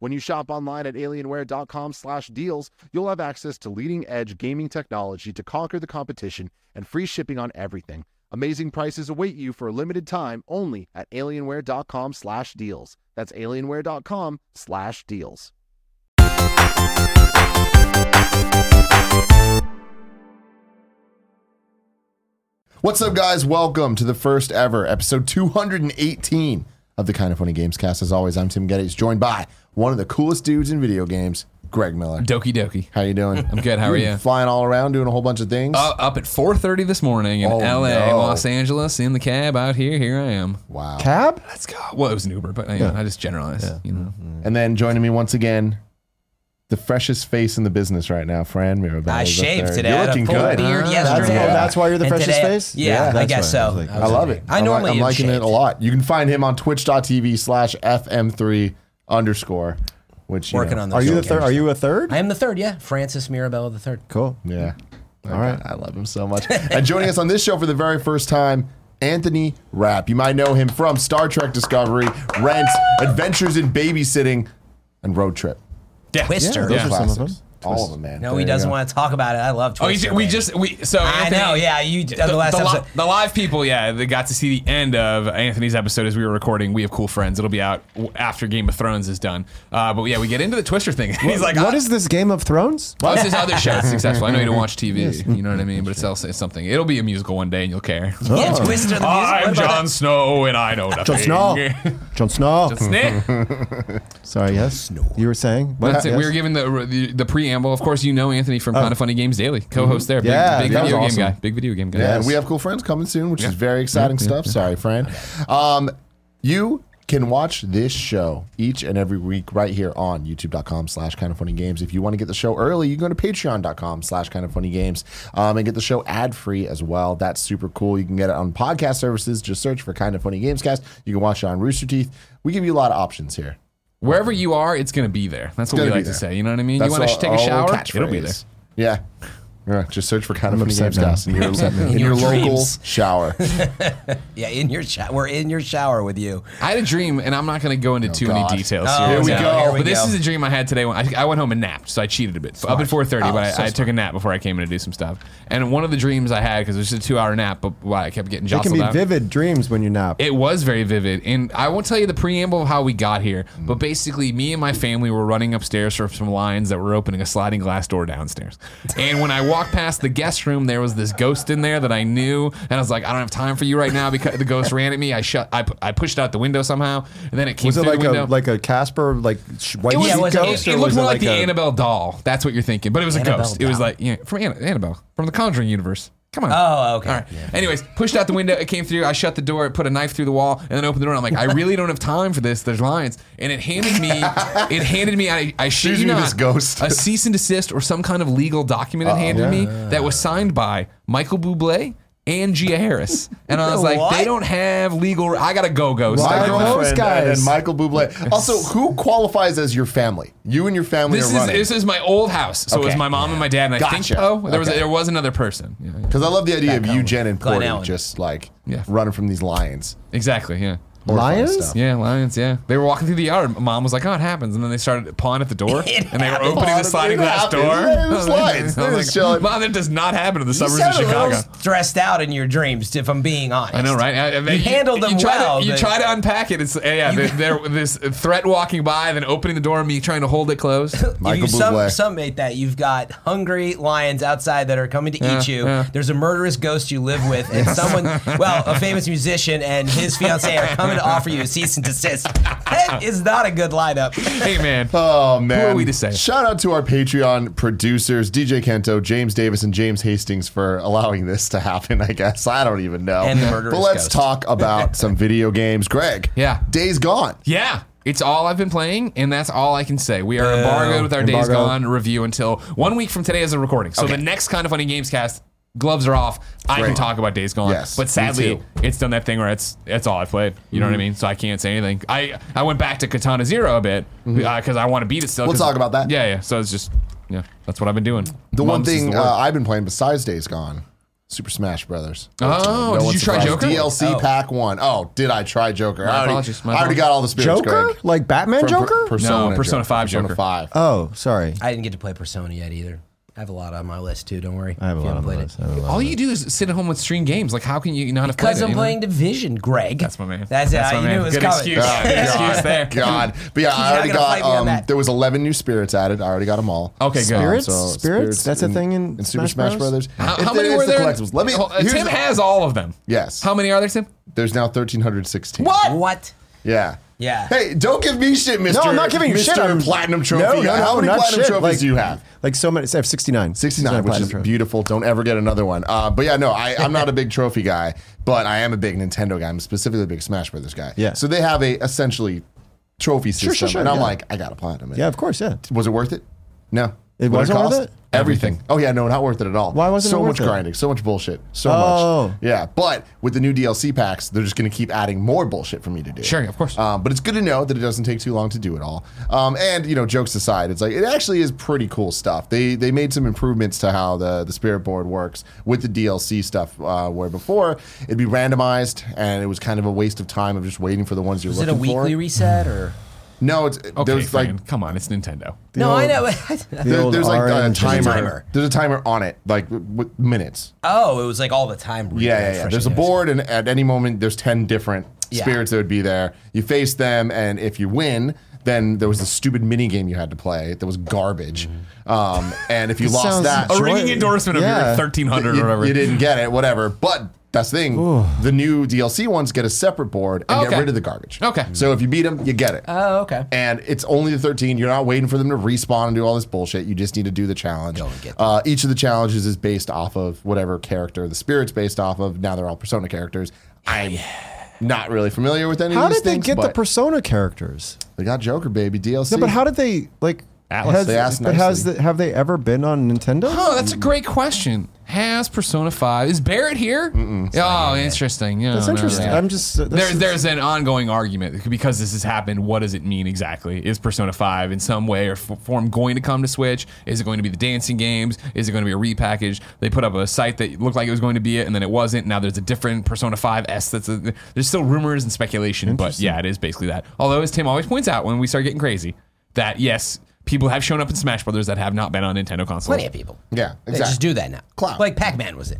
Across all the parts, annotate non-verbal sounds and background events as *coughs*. When you shop online at alienware.com/deals, you'll have access to leading-edge gaming technology to conquer the competition and free shipping on everything. Amazing prices await you for a limited time only at alienware.com/deals. That's alienware.com/deals. What's up, guys? Welcome to the first ever episode 218 of the Kind of Funny Games cast. As always, I'm Tim Geddes, joined by one of the coolest dudes in video games, Greg Miller. Doki Doki. How you *laughs* doing? I'm good. How are you? Flying all around, doing a whole bunch of things. Uh, up at 4:30 this morning in Oh, L.A., no. Los Angeles, in the cab out here. Here I am. wow. Cab? Let's go. Well, it was an Uber, but you know, I just generalized. You know, Mm-hmm. And then joining me once again, the freshest face in the business right now, Fran Mirabella. I is up shaved there. today. You're I had looking a full good. beard That's, yesterday. oh, that's why you're the And freshest today- face? Yeah, I that's guess why. so. was like, I love it. I I'm li- normally I'm am liking it shaved. a lot. You can find him on twitch.tv slash fm3 underscore, which you Working know, on Are those you the jokes. third? Are you a third? I am the third, yeah. Francis Mirabella the third. Cool. Yeah. All right. I love him so much. *laughs* and joining us on this show for the very first time, Anthony Rapp. You might know him from Star Trek Discovery, Rent, Adventures in Babysitting, and Road Trip. Twister. those are some of Classics. them. All of them, man. No, There he you doesn't go. want to talk about it. I love oh, you Twister. ju- we man. just we so I Anthony- know, yeah. You the, the last li- episode. the live people, yeah, they got to see the end of Anthony's episode as we were recording. We have cool friends. It'll be out w- after Game of Thrones is done. Uh, but yeah, we get into the Twister thing. *laughs* He's like, What "Ah, is this Game of Thrones? well, it's his other show. It's successful. I know you *laughs* don't watch TV. You know what I mean? But it's also it's something. It'll be a musical one day, and you'll *laughs* care. yeah, Twister the music. What I'm about Jon Snow, and I know nothing. *laughs* Jon Snow. Jon Snow. Snick. Sorry, yes. You were saying? What? *laughs* That's it. Yes. We were given the, the the preamble. Of course, you know Anthony from Kind of Funny Games Daily, co-host there. Big, Yeah, big that was video awesome. game guy. Big video game guy. Yeah, and we have cool friends coming soon, which is very exciting stuff. Sorry, Fran. Um, you can watch this show each and every week right here on youtube.com slash kind of funny games if you want to get the show early you can go to patreon.com slash kind of funny games um, and get the show ad-free as well that's super cool you can get it on podcast services just search for kind of funny games cast you can watch it on rooster teeth we give you a lot of options here Wherever you are, it's gonna be there. That's what we gonna be like to there. say. You know what I mean? That's you want our- to take our a whole shower? catchphrase. It'll be there. Yeah. Yeah, just search for kind of funny upset games now. cast in your, in your your local dreams. shower. Yeah, in your shower. We're in your shower with you. I had a dream, and I'm not going to go into too God. many details. Oh, here. Here we no, go. here we but this go. is a dream I had today. When I, I went home and napped, so I cheated a bit. Up at 4:30, but I, I took a nap before I came in to do some stuff. And one of the dreams I had because it was just a two-hour nap, but why I kept getting It can jostled be out. vivid dreams when you nap. It was very vivid, and I won't tell you the preamble of how we got here, Mm. but basically, me and my family were running upstairs for some lines that were opening a sliding glass door downstairs. And when I walked past the guest room, there was this ghost in there that I knew, and I was like, I don't have time for you right now because the ghost ran at me. I shut, I, pu- I pushed out the window somehow, and then it came was it through like the window. a like a Casper like sh- white it was, Yeah, sheet it was- ghost? it, it or looked was more like, the a- Annabelle doll. That's what you're thinking, but it was a Annabelle ghost. It was doll. like yeah, from Anna, Annabelle from the Conjuring universe. Come on. Oh, okay. All right. Anyways, pushed out the window. It came through. I shut the door. It put a knife through the wall, and then opened the door. And I'm like, I really don't have time for this. There's lions, and it *laughs* handed me, it handed me. I, I shit Excuse you me, not, this ghost. a cease and desist or some kind of legal document. It handed me that was signed by Michael Bublé and Gia Harris, and I was like, What? they don't have legal. I gotta go, ghost. Why I My are gotta those girlfriend and, guys? and Michael Bublé. Also, who qualifies as your family? You and your family This are is running. this is my old house. So it was Okay. my mom and my dad, and I think Gotcha. Poe. There was Okay. there was another person. Yeah, yeah. Because I love the idea of you, Jen, and Glen Porty Allen. just like Yeah. running from these lions. Exactly. Yeah. Lions? stuff. Yeah, lions. Yeah, they were walking through the yard. Mom was like, "Oh, it happens," and then they started pawing at the door, It and they were happens. opening Pawing the at- sliding it glass happens. door. Yeah, there's *laughs* I was like- lions. I was There's like, chilling. Mom, that does not happen in the You suburbs of sound a Chicago. little stressed out in your dreams, if I'm being honest. I know, right? I, I mean, handled them you try well, To, you but- try to unpack it. It's yeah, yeah. There, there- this threat walking by, then opening the door, and me trying to hold it closed. Michael if you sum, Bublé. summate that, you've got hungry lions outside that are coming to Yeah, eat you. yeah. There's a murderous ghost you live with, and someone, well, a famous musician and his fiancee are coming to offer you a cease and desist. That is not a good lineup. hey, man. Oh man! are we to say? Shout out to our Patreon producers, DJ Kento, James Davis, and James Hastings for allowing this to happen. I guess I don't even know. And the but murderous let's *laughs* ghost. talk about some video games. Greg, Yeah. Days Gone. Yeah. It's all I've been playing, and that's all I can say. We are embargoed with our Days Embargo. Gone review until one week from today as a recording. So the next kind of funny games cast, gloves are off. I can talk about Days Gone, Yes, but me sadly, too. Mm-hmm. it's done that thing where it's it's all I played. You know what I mean? So I can't say anything. I I went back to Katana Zero a bit because I want to beat it still. Mm-hmm. We'll 'cause- talk about that. Yeah, yeah. So it's just yeah, that's what I've been doing. The one Mums is thing the uh, word. I've been playing besides Days Gone, Super Smash Brothers. oh, did one's you try surprised. Joker? DLC Oh. pack one. Oh, did I try Joker? I already, apologies, my I already apologies. got all the spirits. Joker? Greg. Like Batman From Per- Joker? Persona No, Persona Joker. 5 Persona Joker. 5. oh, sorry. I didn't get to play Persona yet either. I have a lot on my list too. Don't worry. I have a if you lot haven't of played those. it. I have a lot All of you do is sit at home with stream games. Like, how can you not have Because played it? I'm you know? playing Division, Greg. That's my man. That's it. That's my I knew man. it was Good coming. excuse. Oh, Good excuse there. God. But yeah, not I already gonna got. fight me on Um, that. there was 11 new spirits added. I already got them all. Okay, good. Spirits? Spirits? That's a thing in Super Smash Smash Bros? Brothers. How, It- how many it's were the there? collectibles. Let me. Hold- uh, here's Tim the- has all of them. Yes. How many are there, Tim? There's now 1,316. What? Yeah. Yeah. Hey, don't give me shit, Mister. No, I'm not giving you Mr. shit. I'm platinum trophy. No, no, How no, many not platinum shit. trophies Like- do you have? Like so many. I have 69. 69, which platinum is trophies. beautiful. Don't ever get another one. Uh, but yeah, no, I, I'm not a big trophy guy, but I am a big Nintendo guy. I'm specifically a big Smash Brothers guy. Yeah. So they have a essentially trophy system, sure, sure, and I'm yeah. like, I got a platinum. it. Yeah, of course, yeah. Was it worth it? No. It What'd wasn't worth cost? it? Everything. Oh yeah, no, not worth it at all. Why wasn't so it worth much it? grinding, so much bullshit, so Oh. much. Yeah, but with the new DLC packs, they're just going to keep adding more bullshit for me to do. Sure, of course. Um, but it's good to know that it doesn't take too long to do it all. Um, and you know, jokes aside, it's like it actually is pretty cool stuff. They they made some improvements to how the the spirit board works with the DLC stuff, uh, where before it'd be randomized and it was kind of a waste of time of just waiting for the ones you're Is it a looking for. weekly reset or? no, it's Okay, there's like Fran, come on, it's Nintendo. no, I old- know. *laughs* The there- old there's like uh, a orange timer. and- timer. There's a timer on it, like w- w- minutes. oh, it was like all the time. Yeah, yeah, yeah. refreshing. There's a board, and at any moment, there's 10 different Yeah. spirits that would be there. You face them, and if you win, then there was a stupid mini game you had to play that was garbage. Um, and if you lost sounds that, A Joy- ringing endorsement of yeah. your 1300 you, or whatever. you didn't get it, whatever. But that's the thing. The new DLC ones get a separate board and get Okay. rid of the garbage. Okay. So if you beat them, you get it. Oh, okay. and it's only the 13. You're not waiting for them to respawn and do all this bullshit. You just need to do the challenge. Go and get Uh, each of the challenges is based off of whatever character the spirit's based off of. Now they're all Persona characters. I'm not really familiar with any How of these did they things, get the but persona characters? they got Joker, baby, DLC. No, but how did they like Atlas, has- they asked but has nicely. the, have they ever been on Nintendo? Oh, that's a great question. Has Persona 5. Is Barrett here? Oh, interesting. Yeah, That's no, interesting. yeah. I'm just uh, that's There, just- there's an ongoing argument because this has happened. What does it mean exactly? Is Persona 5 in some way or f- form going to come to Switch? Is it going to be the dancing games? Is it going to be a repackage? They put up a site that looked like it was going to be it, and then it wasn't. Now there's a different Persona 5 S. That's a, there's still rumors and speculation, but yeah, it is basically that. Although, as Tim always points out, when we start getting crazy, that yes, people have shown up in Smash Brothers that have not been on Nintendo consoles. Plenty of people. Yeah, They exactly. just do that now. Cloud. Like Pac-Man was it.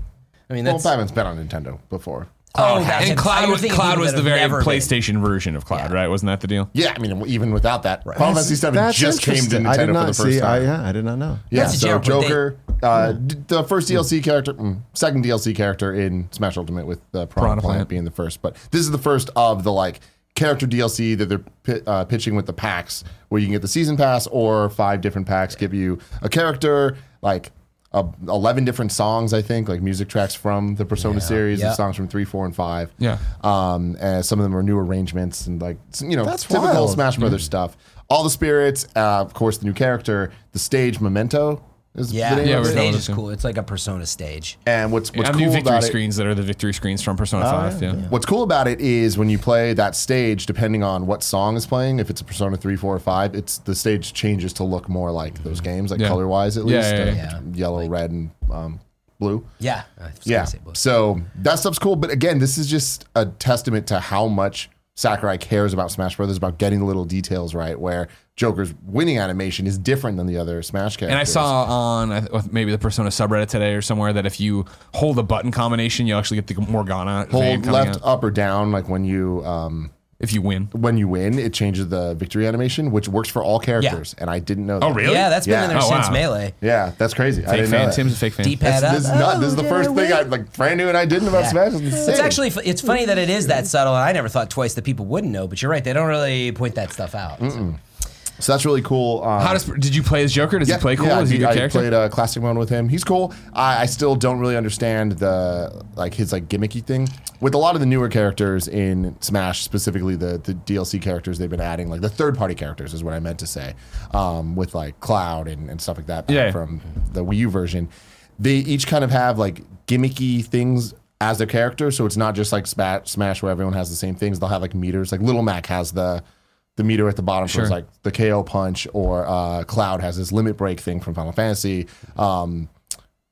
I mean, well, that's. Batman's been on Nintendo before. oh, that's and it. I Cloud would was, think it Cloud would was have the very never been. PlayStation version of Cloud, right? Wasn't that the deal? Yeah, I mean, even without that, Final Fantasy VII *laughs* that's just came to interesting. I did Nintendo not for the first see, time. I, yeah, I did not know. Yeah, That's a so joke, but they- Joker, uh, d- the first DLC character, mm, second DLC character in Smash Ultimate with the Piranha, Piranha Plant, Plant. being the first, but this is the first of the like character DLC that they're pi- uh, pitching with the packs, where you can get the season pass or five different packs give you a character like. Uh, 11 different songs, I think, like music tracks from the Persona series Yeah. and songs from 3, 4, and 5. Yeah. Um, and some of them are new arrangements and, like, s- you know, That's typical wild. Smash. Mm-hmm. Smash Brothers stuff. All the spirits, uh, of course, the new character, the stage Memento is Yeah, the name Yeah, of the we're it. telling stage is us, yeah. cool. It's like a Persona stage. And what's what's I have cool new victory about screens that are the victory screens from Oh, Persona 5. Yeah. it. What's cool about it is when you play that stage, depending on what song is playing, if it's a Persona 3, 4, or 5, it's the stage changes to look more like those games, like Mm-hmm. Yeah. color wise at Yeah, least. yeah, uh, yeah. Yellow, red, and um, blue. Yeah. Uh, I was Yeah. gonna say blue. So that stuff's cool. But again, this is just a testament to how much Sakurai cares about Smash Brothers, about getting the little details right, where Joker's winning animation is different than the other Smash characters. And I saw on I th- maybe the Persona subreddit today or somewhere that if you hold a button combination, you actually get the Morgana. vein hold coming left, out up, or down, like when you um, if you win. when you win, it changes the victory animation, which works for all characters. And I didn't know. That. Yeah, that's been Yeah. in there Oh, since wow. Melee. yeah, that's crazy. I Fake didn't know fan. that. Tim's a fake fan. Deep That's- head up. this is not. This is the Oh, first did thing win? I like. Fran knew and I didn't about Yeah. Smash. It's, It's insane. actually it's funny that it is that subtle, and I never thought twice that people wouldn't know. But you're right; they don't really point that stuff out. so. So that's really cool. Um, How does did you play as Joker? Does yeah, he play cool? yeah, Is he a good I character? played a classic mode with him. He's cool. I, I still don't really understand the like his like gimmicky thing. With a lot of the newer characters in Smash, specifically the the DLC characters they've been adding, like the third party characters is what I meant to say, um, with like Cloud and, and stuff like that back Yeah. from the Wii U version. They each kind of have like gimmicky things as their character, so it's not just like Smash, Smash where everyone has the same things. They'll have like meters. Like Little Mac has the the meter at the bottom, so it's Sure. like the KO punch, or uh, Cloud has his limit break thing from Final Fantasy. Um,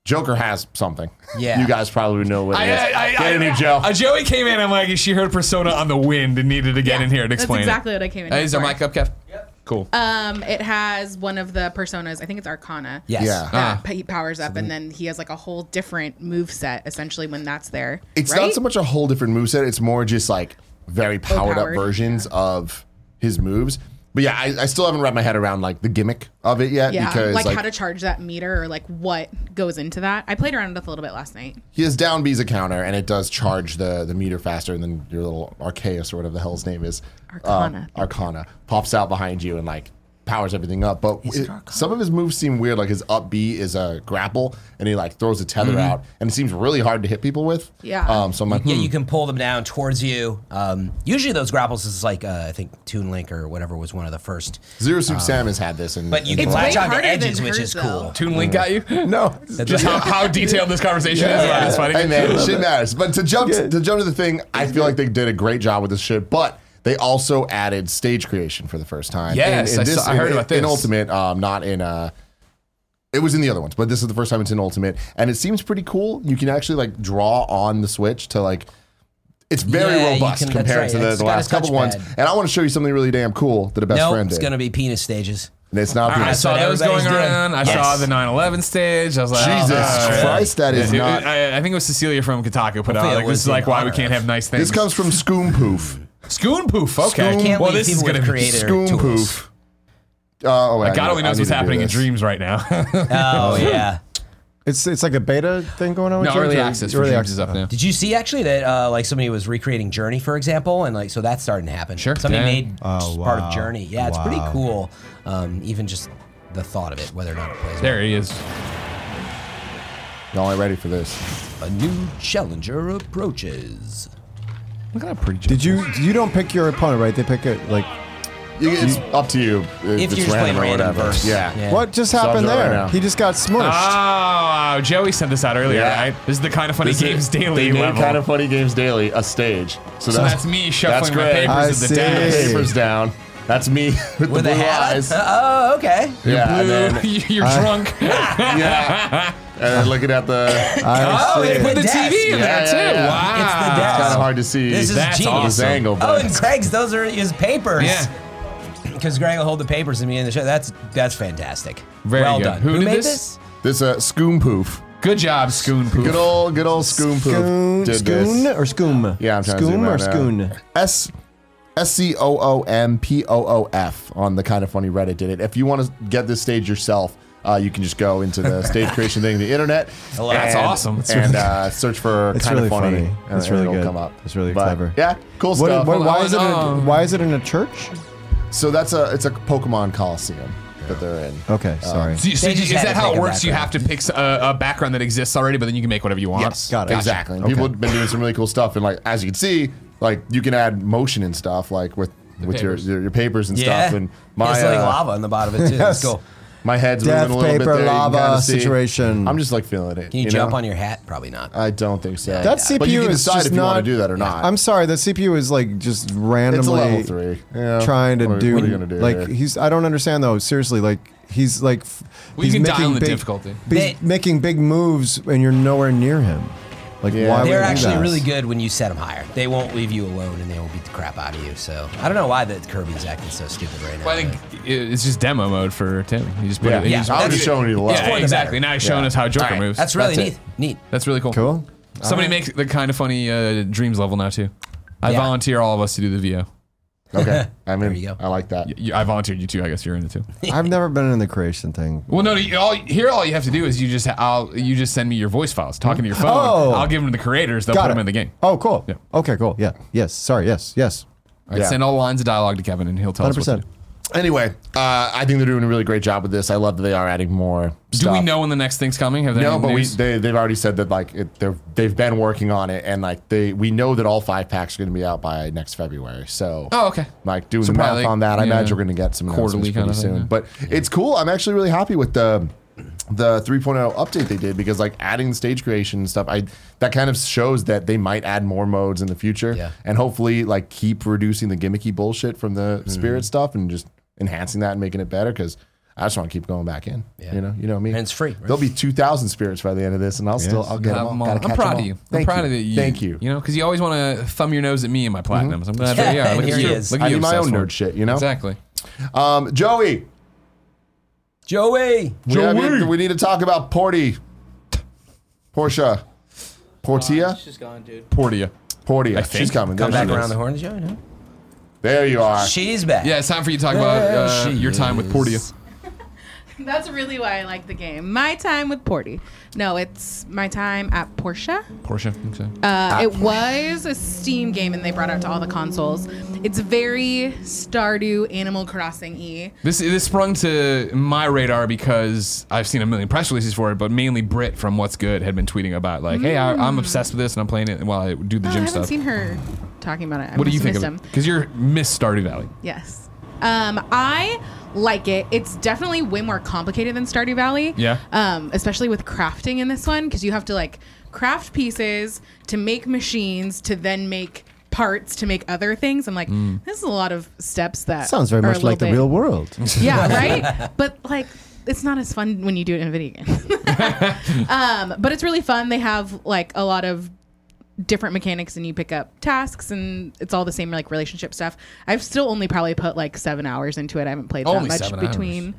Joker has something. Yeah. you guys probably know what it is. Get in here, Joe. Uh, Joey came in. I'm like, she heard Persona on the wind and needed to get in here and That's explain exactly it. what I came in. Uh, here is there for. mic up, Kev? Yep. Cool. Um, it has one of the personas. I think it's Arcana. Yes. Yeah. Ah. That he powers up, and then he has like a whole different move set essentially when that's there. It's right? not so much a whole different moveset. It's more just like very powered, Overpowered, up versions of his moves. But yeah, I, I still haven't wrapped my head around like the gimmick of it yet Yeah, because like, like, how to charge that meter or like what goes into that. I played around with it a little bit last night. he has down B's a counter and it does charge the the meter faster and then your little Arceus or whatever the hell his name is. Arcana. uh, Arcana pops out behind you and like powers everything up. But Is it it- Arcana? some of his moves seem weird. Like his up B is a grapple and he like throws a tether out and it seems really hard to hit people with. Yeah. Um, so I'm like, Mm-hmm. Yeah, hmm. you can pull them down towards you. Um, usually those grapples is like uh, I think Toon Link or whatever was one of the first. Zero Suit Sam has had this. And, Uh, But you and can It's latch way on to harder than edges, which is hers, cool. Toon Link got you. no. Just how, how detailed this conversation is. Yeah. About it's funny. Hey man, shit matters. But to jump to jump to the thing, I feel like they did a great job with this shit. But they also added stage creation for the first time. Yes, I saw- I heard in, about in this. Ultimate, um, not in uh it was in the other ones, but this is the first time it's in Ultimate, and it seems pretty cool. You can actually like draw on the Switch to like. It's very Yeah, you robust can- that's compared right. to the, It's the got a last couple touchpad. ones, and I want to show you something really damn cool that a best No, friend it's did. gonna be penis stages. and it's not. I being- That's saw what that was going everybody's doing. around. I saw Yes. the 9/11 stage. I was like, Jesus oh, no. Christ, that is It- it- not- I, I think it was Cecilia from Kotaku put Hopefully out. it Like, was this is in like why we honor can't of- have nice things. this comes *laughs* from Scoompoof. Scoon Poof. Okay. Can't well, leave this is people gonna with be. creative Scoompoof. tools. Poof. oh, wait, I God need- only I knows need what's to do happening in this. dreams right now. Oh yeah. It's it's like a beta thing going on. with no, George, early or- access. for Early Dreams access. is up now. Did you see actually that uh, like somebody was recreating Journey, for example, and like so that's starting to happen. Sure. Somebody Dang. made Oh, part of wow. Journey. Yeah, it's Wow. pretty cool. Um, even just the thought of it, whether or not it plays. There he is. Y'all ain't ready for this. well. A new challenger approaches. Look at that pretty. Did you you don't pick your opponent right? They pick it like You- It's up to you. If you're just playing random verse. Yeah. Yeah. what just Subs happened are right there? now. he just got smushed. Oh, Joey sent this out earlier, Yeah. right? This is the kind of funny This is- games daily they did level. kind of funny games daily, a stage. So, so that's, me shuffling my papers I at the see. desk. Papers down. That's me *laughs* with, With the a blue hat? eyes. Oh, okay. Yeah, and then, You're drunk. yeah, and then looking at *coughs* the. It's I Oh, see. They put the Desk. TV Yeah, in there yeah, too. yeah. Wow. It's the kind desk. of hard to see. This is That's genius. this angle, Oh, but and Craig's, those are his papers. *laughs* Yeah. Because Greg will hold the papers in the end of the show. That's that's fantastic. Very well good. done. Who did made this? this? this uh, Scoompoof. Good job, Scoon Poof. Good old, good old Scoompoof Scoon, did scoon this. or scoom? Yeah, I'm trying to zoom scoom or out now. scoon. S S C O O M P O O F on the kind of funny Reddit did it. If you want to get this stage yourself, uh, you can just go into *laughs* the stage creation thing, the internet. Hello. That's awesome. That's And uh, search for *laughs* It's kind really of funny. funny. and It's really it'll good. Come up. It's really clever. Yeah, cool What, stuff. what, why on, is it? A, um, why is it in a church? so that's a it's a Pokemon Coliseum that they're in. Okay, sorry. So, you- so They you- just is had that to how pick it a works? You have background. to pick uh, a, a background that exists already, but then you can make whatever you want. Yes, Got it. Exactly. And Gotcha. People Okay. have been doing some really cool stuff, and like as you can see, like you can add motion and stuff, like with with your, papers. your your papers and stuff. And my It's like uh, lava on the bottom of it, too. That's Yes. *laughs* cool. My head's Death, moving a little paper, bit there. You can lava kinda see. situation. I'm just like feeling it. Can you, jump know? on your hat? Probably not. I don't think so. That CPU but you can is decide just if you want not- to do that or not. I'm sorry, the CPU is like just randomly it's a level three. Yeah. trying to What are- do What are you gonna do? like here? he's I don't understand though. Seriously, like he's like f- Well, you can he's dial in the big, difficulty. He's They- making big moves and you're nowhere near him. Like Yeah. why would They're you do actually that? really good when you set them higher. They won't leave you alone and they will beat the crap out of you. So I don't know why that Kirby's acting so stupid right now. Well, I think it- it's just demo mode for Tim. You just put Yeah. it, you Yeah. just- I was just showing you the level. Yeah, Explain the exactly. better. Now he's showing Yeah. us how Joker All right, moves. That's really That's neat. Neat. That's really cool. *laughs* Cool. Somebody make the kind of funny uh, dreams level now too. I Yeah. volunteer all of us to do the VO. *laughs* okay, I mean, There you go. I like that. You, I volunteered you too. I guess you're in it too. I've never been in the creation thing. Well, no. You, all here, all you have to do is you just I'll you just send me your voice files talking to your phone. Oh. I'll give them to the creators. They'll put Got them it. in the game. Oh, cool. Yeah. Okay, cool. Yeah. Yes. Sorry. Yes. Yes. All right, Yeah. Send all lines of dialogue to Kevin, and he'll tell us. what to 100%. do. Anyway, uh, I think they're doing a really great job with this. I love that they are adding more. Do stuff. we know when the next thing's coming? Have they No, any but we, news? they they've already said that like it, they're they've been working on it, and like they we know that all five packs are going to be out by next February. So Oh, okay. like doing the probably math on that, I like, yeah, imagine we're going to get some quarterly quarterly kind pretty of thing, soon. yeah. But it's cool. I'm actually really happy with the the 3.0 update they did because like adding the stage creation and stuff, I that kind of shows that they might add more modes in the future, Yeah. and hopefully like keep reducing the gimmicky bullshit from the Mm-hmm. spirit stuff and just enhancing that and making it better because. I just want to keep going back in. You know, you know me. And it's free, right? There'll be two thousand spirits by the end of this, and I'll still I'll get Have them. all. them all. Gotta I'm catch proud them of all. you. I'm Thank proud you. of you. you. Thank you. Mm-hmm. You know, because you always want to thumb your nose at me and my platinums. I'm glad that Yeah, yeah, look here at he you. is. Look at I you, do my own obsessed one. nerd shit. You know. Exactly. Um, Joey, Joey. we, have- we need to talk about Porty, Portia, Uh, Portia, She's gone, dude. Portia. Portia. think. She's coming. Come there back she is. around the horn, Joey. No? There you are. She's back. Yeah, it's time for you to talk about uh, she your time with Portia. That's really why I like the game. My time with Porty. No, it's my time at Porsche. Portia. I think so. Uh, it was a Steam game, and they brought it to all the consoles. It's very Stardew, Animal Crossing y. This this sprung to my radar because I've seen a million press releases for it, but mainly Britt from What's Good had been tweeting about like, "Hey, I, I'm obsessed with this, and I'm playing it while I do the Oh, I gym haven't stuff." seen her talking about it. I what do you must have think of missed it? him. Because you're Miss Stardew Valley. Yes. Um, I like it. It's definitely way more complicated than Stardew Valley. Yeah. Um, especially with crafting in this one, because you have to like craft pieces to make machines to then make parts to make other things. I'm like, Mm. this is a lot of steps that Sounds very are a much like little the bit- *laughs* real world. Yeah, right. but like, it's not as fun when you do it in a video game. um, but it's really fun. They have like a lot of different mechanics, and you pick up tasks, and it's all the same like relationship stuff. I've still only probably put like seven hours into it. I haven't played Only that much seven between.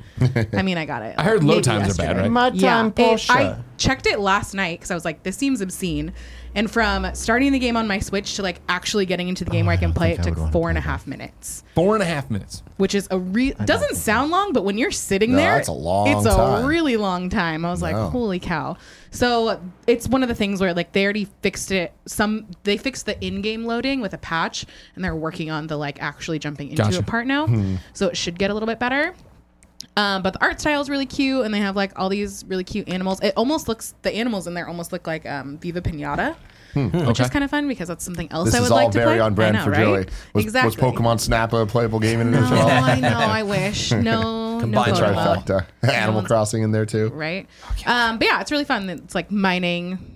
I mean, I got it. I heard load maybe times are bad, yesterday. right? My time, it- Portia. I checked it last night because I was like, this seems obscene. And from starting the game on my Switch to like actually getting into the game where I can play think it I took would wanna four play and a that. half minutes Four and a half minutes. which is a re- doesn't sound long, but when you're sitting No, there, that's a long it's a time. really long time. I was like, No. holy cow! So it's one of the things where like they already fixed it. Some they fixed the in-game loading with a patch, and they're working on the like actually jumping into Gotcha. a part now. Hmm. So it should get a little bit better. Um, but the art style is really cute, and they have like all these really cute animals. It almost looks the animals in there almost look like um, Viva Pinata. Which Okay. is kind of fun because that's something else Hmm. This I would is all like to play. very on brand I know, for right? Joey. Was, exactly. Oh, was Pokemon Snap a playable game in it as No, well? *laughs* I know. I wish. No, no Combined Pokemon, trifecta. Trifecta. *laughs* Animal Crossing in there too. right? Um, but yeah, it's really fun. It's like mining.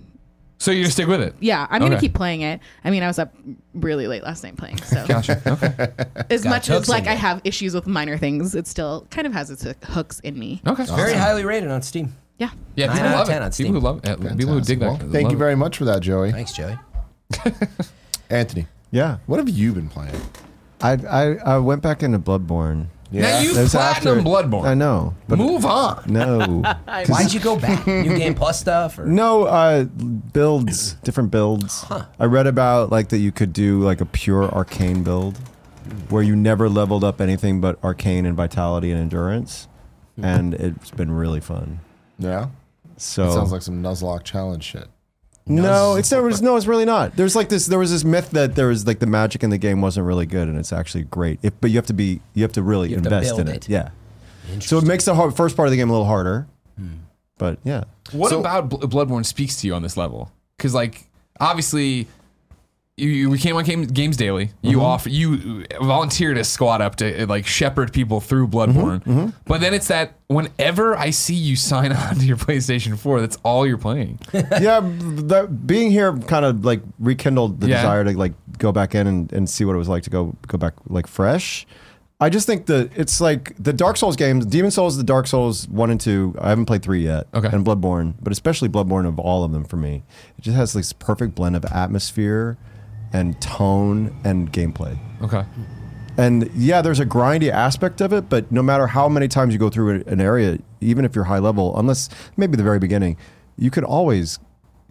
So you just stick with it. Yeah, I'm gonna Okay. keep playing it. I mean, I was up really late last night playing. So Gotcha. Okay. as much hooks as like in I you. have issues with minor things, it still kind of has its hook- hooks in me. Okay. Very highly rated on Steam. Yeah. Yeah, people Nine out of love 10 on it. Steam. People who love it. People who dig Well, that. thank love you it. very much for that, Joey. Thanks, Joey. Anthony, yeah. what have you been playing? I, I, I went back into Bloodborne. Now you It was platinum after- Bloodborne. I know. But Move on. No. Why'd you go back? New Game Plus stuff? Or? No, uh, builds, different builds. I read about like that you could do like a pure arcane build, where you never leveled up anything but arcane and vitality and endurance, and it's been really fun. Yeah, So Oh. sounds like some Nuzlocke challenge shit. no, it's there was no, it's really not. There's like this. There was this myth that there was like the magic in the game wasn't really good, and it's actually great. If but you have to be, you have to really have to invest build in it. it. Yeah. *laughs* So it makes the hard, first part of the game a little harder, Hmm. but yeah. What about Bl- Bloodborne speaks to you on this level? Because like obviously, you, you we came on Game, Games Daily. You offer you volunteered a squad up to uh, like shepherd people through Bloodborne. But then it's that whenever I see you sign *laughs* on to your PlayStation Four, that's all you're playing. yeah, that, being here kind of like rekindled the Yeah. desire to like go back in and, and see what it was like to go go back like fresh. I just think that it's like the Dark Souls games, Demon Souls, the Dark Souls one and two. I haven't played three yet, Okay. and Bloodborne, but especially Bloodborne of all of them for me, it just has this perfect blend of atmosphere and tone and gameplay. *laughs* Okay. And yeah, there's a grindy aspect of it, but no matter how many times you go through an area, even if you're high level, unless maybe the very beginning, you can always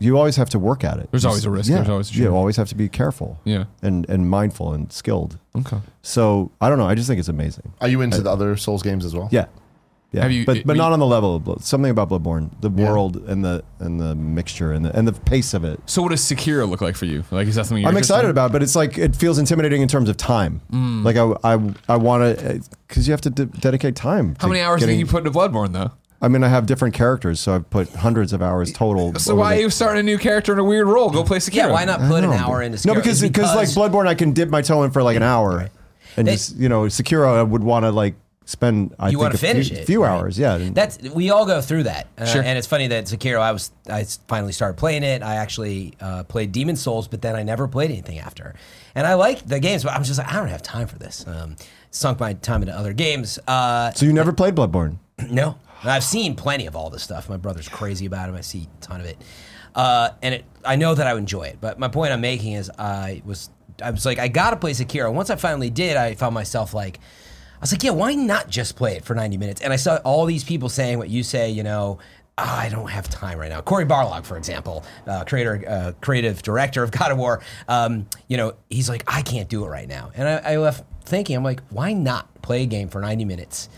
you always have to work at it. There's always a risk, Yeah, there's always a you chance. always have to be careful. Yeah. And and mindful and skilled. Okay. So I don't know. I just think it's amazing. *laughs* Are you into the other Souls games as well? Yeah. Yeah, Have you- but but we- not on the level of Blood, something about Bloodborne, the world and the and the mixture and the and the pace of it. So what does Sekiro look like for you? Like is that something you're I'm interested excited in? about, but it's like it feels intimidating in terms of time. Mm. Like I I, I want to because you have to de- dedicate time. How to many hours getting- did you put into Bloodborne though? I mean, I have different characters, so I've put hundreds of hours total. So over why the- are you starting a new character in a weird role? Go play Sekiro. Yeah, why not put an hour into No, Sekiro? because It's because like Bloodborne, I can dip my toe in for like an hour, and They- just you know, Sekiro, I would want to like spend. I You think wanna a few- finish it, few right? hours, yeah. and- That's we all go through that, uh, Sure. and it's funny that Sekiro. I was I s- finally started playing it. I actually uh, played Demon Souls, but then I never played anything after. And I like the games, but I'm just like I don't have time for this. Um, sunk my time into other games. Uh, so you never played Bloodborne. *clears throat* no, I've seen plenty of all this stuff. My brother's crazy about him. I see a ton of it, uh, and it, I know that I would enjoy it. But my point I'm making is, I was I was like, I gotta play Sekiro. Once I finally did, I found myself like, I was like, yeah, why not just play it for 90 minutes? And I saw all these people saying what you say, you know. "Oh, I don't have time right now. Corey Barlog, for example, uh, creator, uh, creative director of God of War, um, you know, he's like, I can't do it right now. And I, I left thinking, I'm like, why not play a game for 90 minutes?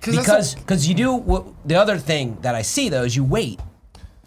that's Because because you do what, the other thing that I see though is you wait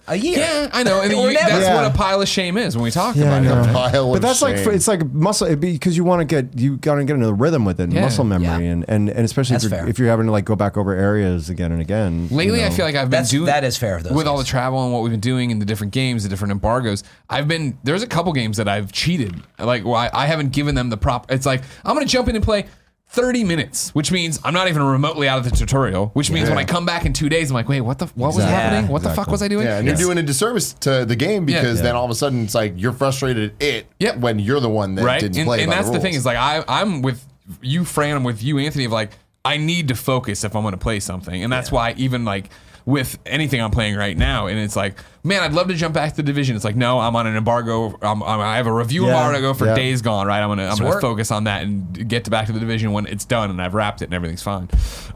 a year. Yeah, Mm, I know. And *laughs* Or you, never. that's Yeah. what a pile of shame is when we talk Yeah, I about it. know. Pile but of that's like shame. it's like muscle because you want to get you got to get into the rhythm with it, and Yeah. muscle memory, Yeah. and, and and especially if That's you're, fair. if you're having to like go back over areas again and again. you Lately, I know. feel like I've been That's- doing that is fair of those With all the things. travel and what we've been doing and the different games, the different embargoes, I've been there's a couple games that I've cheated. Like well, I, I haven't given them the prop. It's like I'm gonna jump in and play. 30 minutes, which means I'm not even remotely out of the tutorial, which means when I come back in two days, I'm like, wait, what the, what was Exactly. happening? Yeah, What the fuck exactly. was I doing? Yeah, and you're doing a disservice to the game Yeah. because Yeah. then all of a sudden it's like you're frustrated at it Yep. when you're the one that right? didn't and, play. and by that's the, rules. thing is like I I'm with you, Fran. I'm with you, Anthony. Of like I need to focus if I'm going to play something, and that's why even like with anything I'm playing right now, and it's like, man, I'd love to jump back to the division. It's like, no, I'm on an embargo. I'm, I'm, I have a review Yeah, embargo for yeah. days gone. Right, I'm gonna I'm gonna work. focus on that and get to back to the division when it's done and I've wrapped it and everything's fine.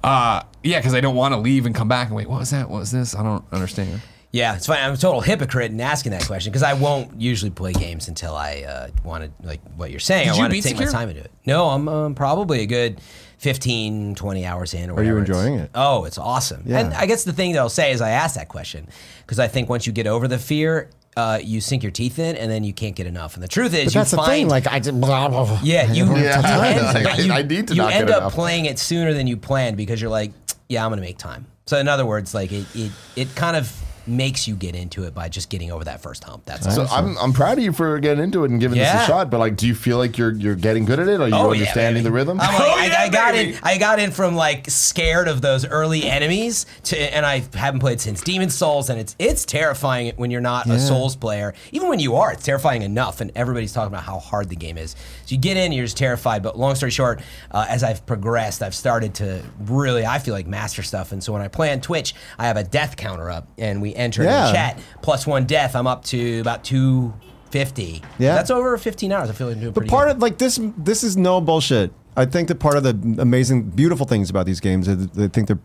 Uh, yeah, because I don't want to leave and come back and wait. What was that? What was this? I don't understand. Yeah, it's fine. I'm a total hypocrite in asking that question because I won't usually play games until I uh, want to like what you're saying. Did I you want to beat take Sekiro? my time and do it. No, I'm um, probably a good 15, 20 hours in. Or Are you whatever. It's- enjoying it? Oh, it's awesome. Yeah. And I guess the thing that I'll say is I asked that question because I think once you get over the fear. Uh, you sink your teeth in, and then you can't get enough. And the truth is, But you that's the find thing. Like I did. Blah, blah, Oh, blah. Yeah, you. Yeah. you end- Like, but *laughs* you- I need to You not end get up enough. playing it sooner than you planned because you're like, yeah, I'm gonna make time. So in other words, like it, it, it kind of makes you get into it by just getting over that first hump. That's So all. I'm, I'm proud of you for getting into it and giving this Yeah. a shot. But like, do you feel like you're you're getting good at it? Are you Oh, yeah, understanding the baby. rhythm? I'm like, Oh, I, yeah, I got baby. in. I got in from like scared of those early enemies, to, and I haven't played since Demon Souls, and it's it's terrifying when you're not a Souls player. Even when you are, it's terrifying enough, and everybody's talking about how hard the game is. So you get in, you're just terrified. But long story short, uh, as I've progressed, I've started to really, I feel like master stuff. And so when I play on Twitch, I have a death counter up, and we enter it Yeah. in chat plus one death. I'm up to about two fifty. Yeah. that's over 15 hours. I feel like I'm doing But pretty part good. of like this, this is no bullshit. I think that part of the amazing, beautiful things about these games, is that I think they're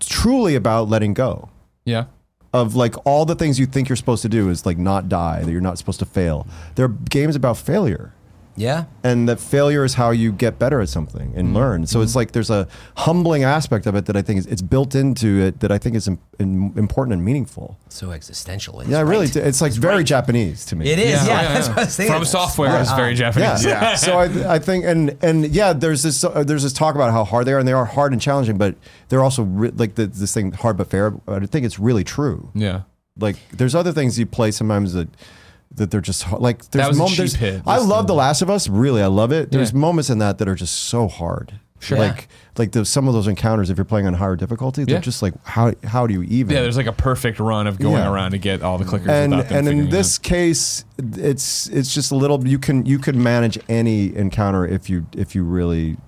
truly about letting go Yeah. of like all the things you think you're supposed to do is like not die, that you're not supposed to fail. They're games about failure. yeah. and that failure is how you get better at something Mm-hmm. and learn. So it's like there's a humbling aspect of it that I think is it's built into it that I think is im- im- important and meaningful. so existential. Yeah, I really. right. do. It's like very Japanese to me. It is. Yeah, that's yeah. what I was thinking. From software is very Yeah. Japanese. yeah. so I, I think and and yeah, there's this uh, there's this talk about how hard they are and they are hard and challenging, but they're also re- like the, this thing hard but fair. I think it's really true. Yeah. Like there's other things you play sometimes that that they're just hard. like there's was a moments. cheap there's- hit. I That's love The Last of Us. Really, I love it. There's Yeah. moments in that that are just so hard. Sure. Like like those some of those encounters if you're playing on higher difficulty, they're Yeah. just like how how do you even? Yeah, there's like a perfect run of going Yeah. around to get all the clickers. and without them and in figuring it this case, it's it's just a little you can you could manage any encounter if you if you really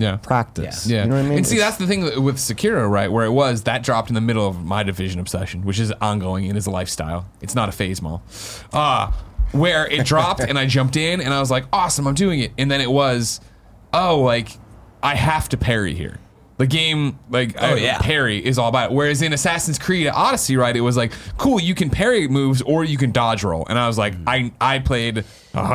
out. yeah. practice. Yeah. You know what I mean? And see, It's- that's the thing with Sekiro, right? Where it was, that dropped in the middle of my division obsession, which is ongoing and is a lifestyle. It's not a phase mall. Uh, where it dropped and I jumped in and I was like, awesome, I'm doing it. And then it was, oh, like, I have to parry here. The game, like, oh, yeah. parry is all about it. Whereas in Assassin's Creed Odyssey, right, it was like, cool, you can parry moves or you can dodge roll. And I was like, I, I played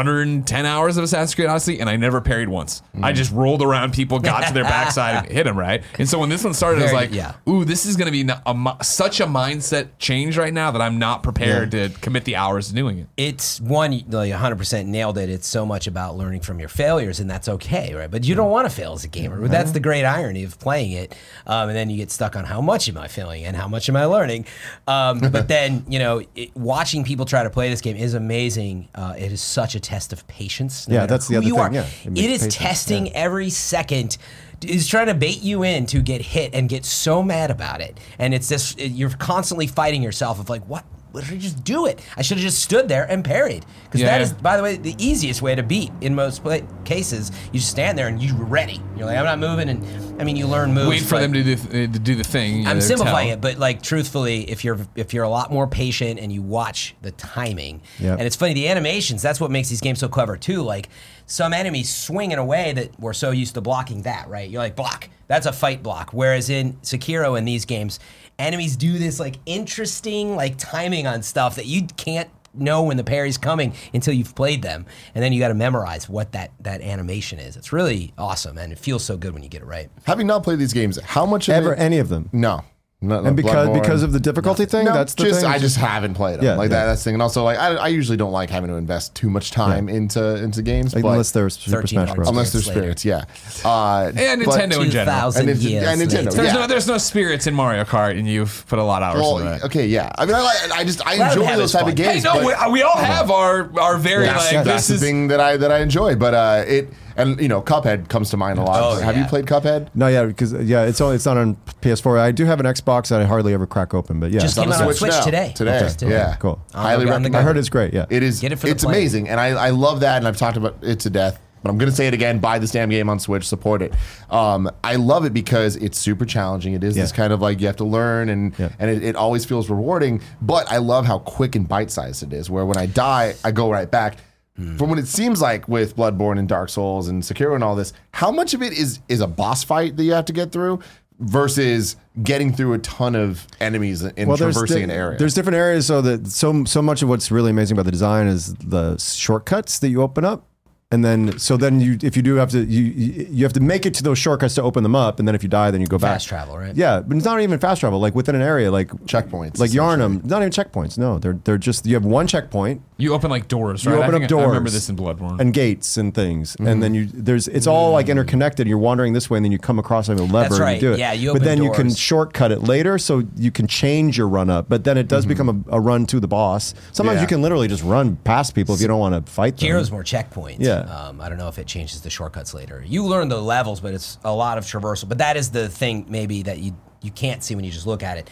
110 hours of Assassin's Creed Odyssey, and I never parried once. I Mm. just rolled around people, got to *laughs* their backside, and hit them right. And so when this one started, I was Very- like, yeah. "Ooh, this is going to be no- a, mi- such a mindset change right now that I'm not prepared to commit the hours to doing it." it's one like 100% nailed it it's so much about learning from your failures and that's okay right but you don't want to fail as a gamer Mm-hmm. that's the great irony of playing it um, and then you get stuck on how much am i failing and how much am i learning *laughs* um, but then you know it, watching people try to play this game is amazing uh, it is such a test of patience no Yeah, matter that's the who other you thing, are. yeah. It it makes is patience, testing every second is trying to bait you in to get hit and get so mad about it and it's this you're constantly fighting yourself of like what what did I just do it? I should have just stood there and parried. Because that Yeah. is, by the way, the easiest way to beat in most pla cases. You just stand there and you're ready. You're like, I'm not moving. And I mean, you learn moves. Wait for but- them to do the, to do the thing. you I'm know, simplifying tell. it, but like truthfully, if you're if you're a lot more patient and you watch the timing, Yeah. and it's funny the animations. That's what makes these games so clever too. Like some enemies swing in a way that we're so used to blocking that, right? You're like block. That's a fight block. Whereas in Sekiro in these games, enemies do this like interesting like timing on stuff that you can't know when the parry's coming until you've played them and then you got to memorize what that that animation is it's really awesome and it feels so good when you get it right Having not played these games, how much of Ever it- any of them. No, Not- not And because Bloodborne. because of the difficulty thing, No, that's the just thing. I just haven't played them. Yeah, like that. yeah. That's the thing. And also, like I, I usually don't like having to invest too much time into into games, Like, but- unless they're Super 13 Smash Bros. unless they're Spirits spirits, yeah. Uh, And but- Nintendo in general. 2000 And Nintendo- years and Nintendo, later. There's yeah. no there's no spirits in Mario Kart, and you've put a lot of hours Well, into that. okay, yeah. I mean, I, like- I just I Let 'em enjoy have those type his of fun. games. Hey, no, but- we, uh, we all have our our very That's, like that's this the is thing that I that I enjoy, but uh, it and you know Cuphead comes to mind a lot. Oh, Have yeah. you played Cuphead? No, yeah, because yeah, it's only it's not on PS4. I do have an Xbox that I hardly ever crack open, but yeah, Just it's came on out the on Switch. Switch now. today. Today, Okay, today. yeah. cool. Highly On the- on the recommend. I heard it's great. Yeah, It is. Get it for the it's play. amazing, and I, I love that. And I've talked about it to death, but I'm gonna say it again. Buy this damn game on Switch. Support it. Um, I love it because it's super challenging. It is this Yeah. kind of like you have to learn, and Yeah. and it, it always feels rewarding. But I love how quick and bite sized it is. Where when I die, I go right back. Hmm. From what it seems like with Bloodborne and Dark Souls and Sekiro and all this, how much of it is is a boss fight that you have to get through versus getting through a ton of enemies and traversing di- an area? There's different areas, so that so so much of what's really amazing about the design is the shortcuts that you open up, and then so then you if you do have to you you you have to make it to those shortcuts to open them up, and then if you die, then you go back. Fast travel, right? Yeah, but it's not even fast travel. Like within an area, like Checkpoints, like Yarnum, not even checkpoints. No, they're they're just you have one checkpoint you open like doors. You Right? I open up think I- I remember doors. this in Bloodborne. Mm-hmm. and gates and things, and then you there's it's all like interconnected. You're wandering this way, and then you come across like a lever and right. you do it. Yeah, you but open then you can doors. shortcut it later, so you can change your run up. But then it does Mm-hmm. become a, a run to the boss. Sometimes Yeah. you can literally just run past people if you don't want to fight them. Heroes more checkpoints. um, Yeah. Um, I don't know if it changes the shortcuts later. You learn the levels, but it's a lot of traversal. But that is the thing maybe that you you can't see when you just look at it.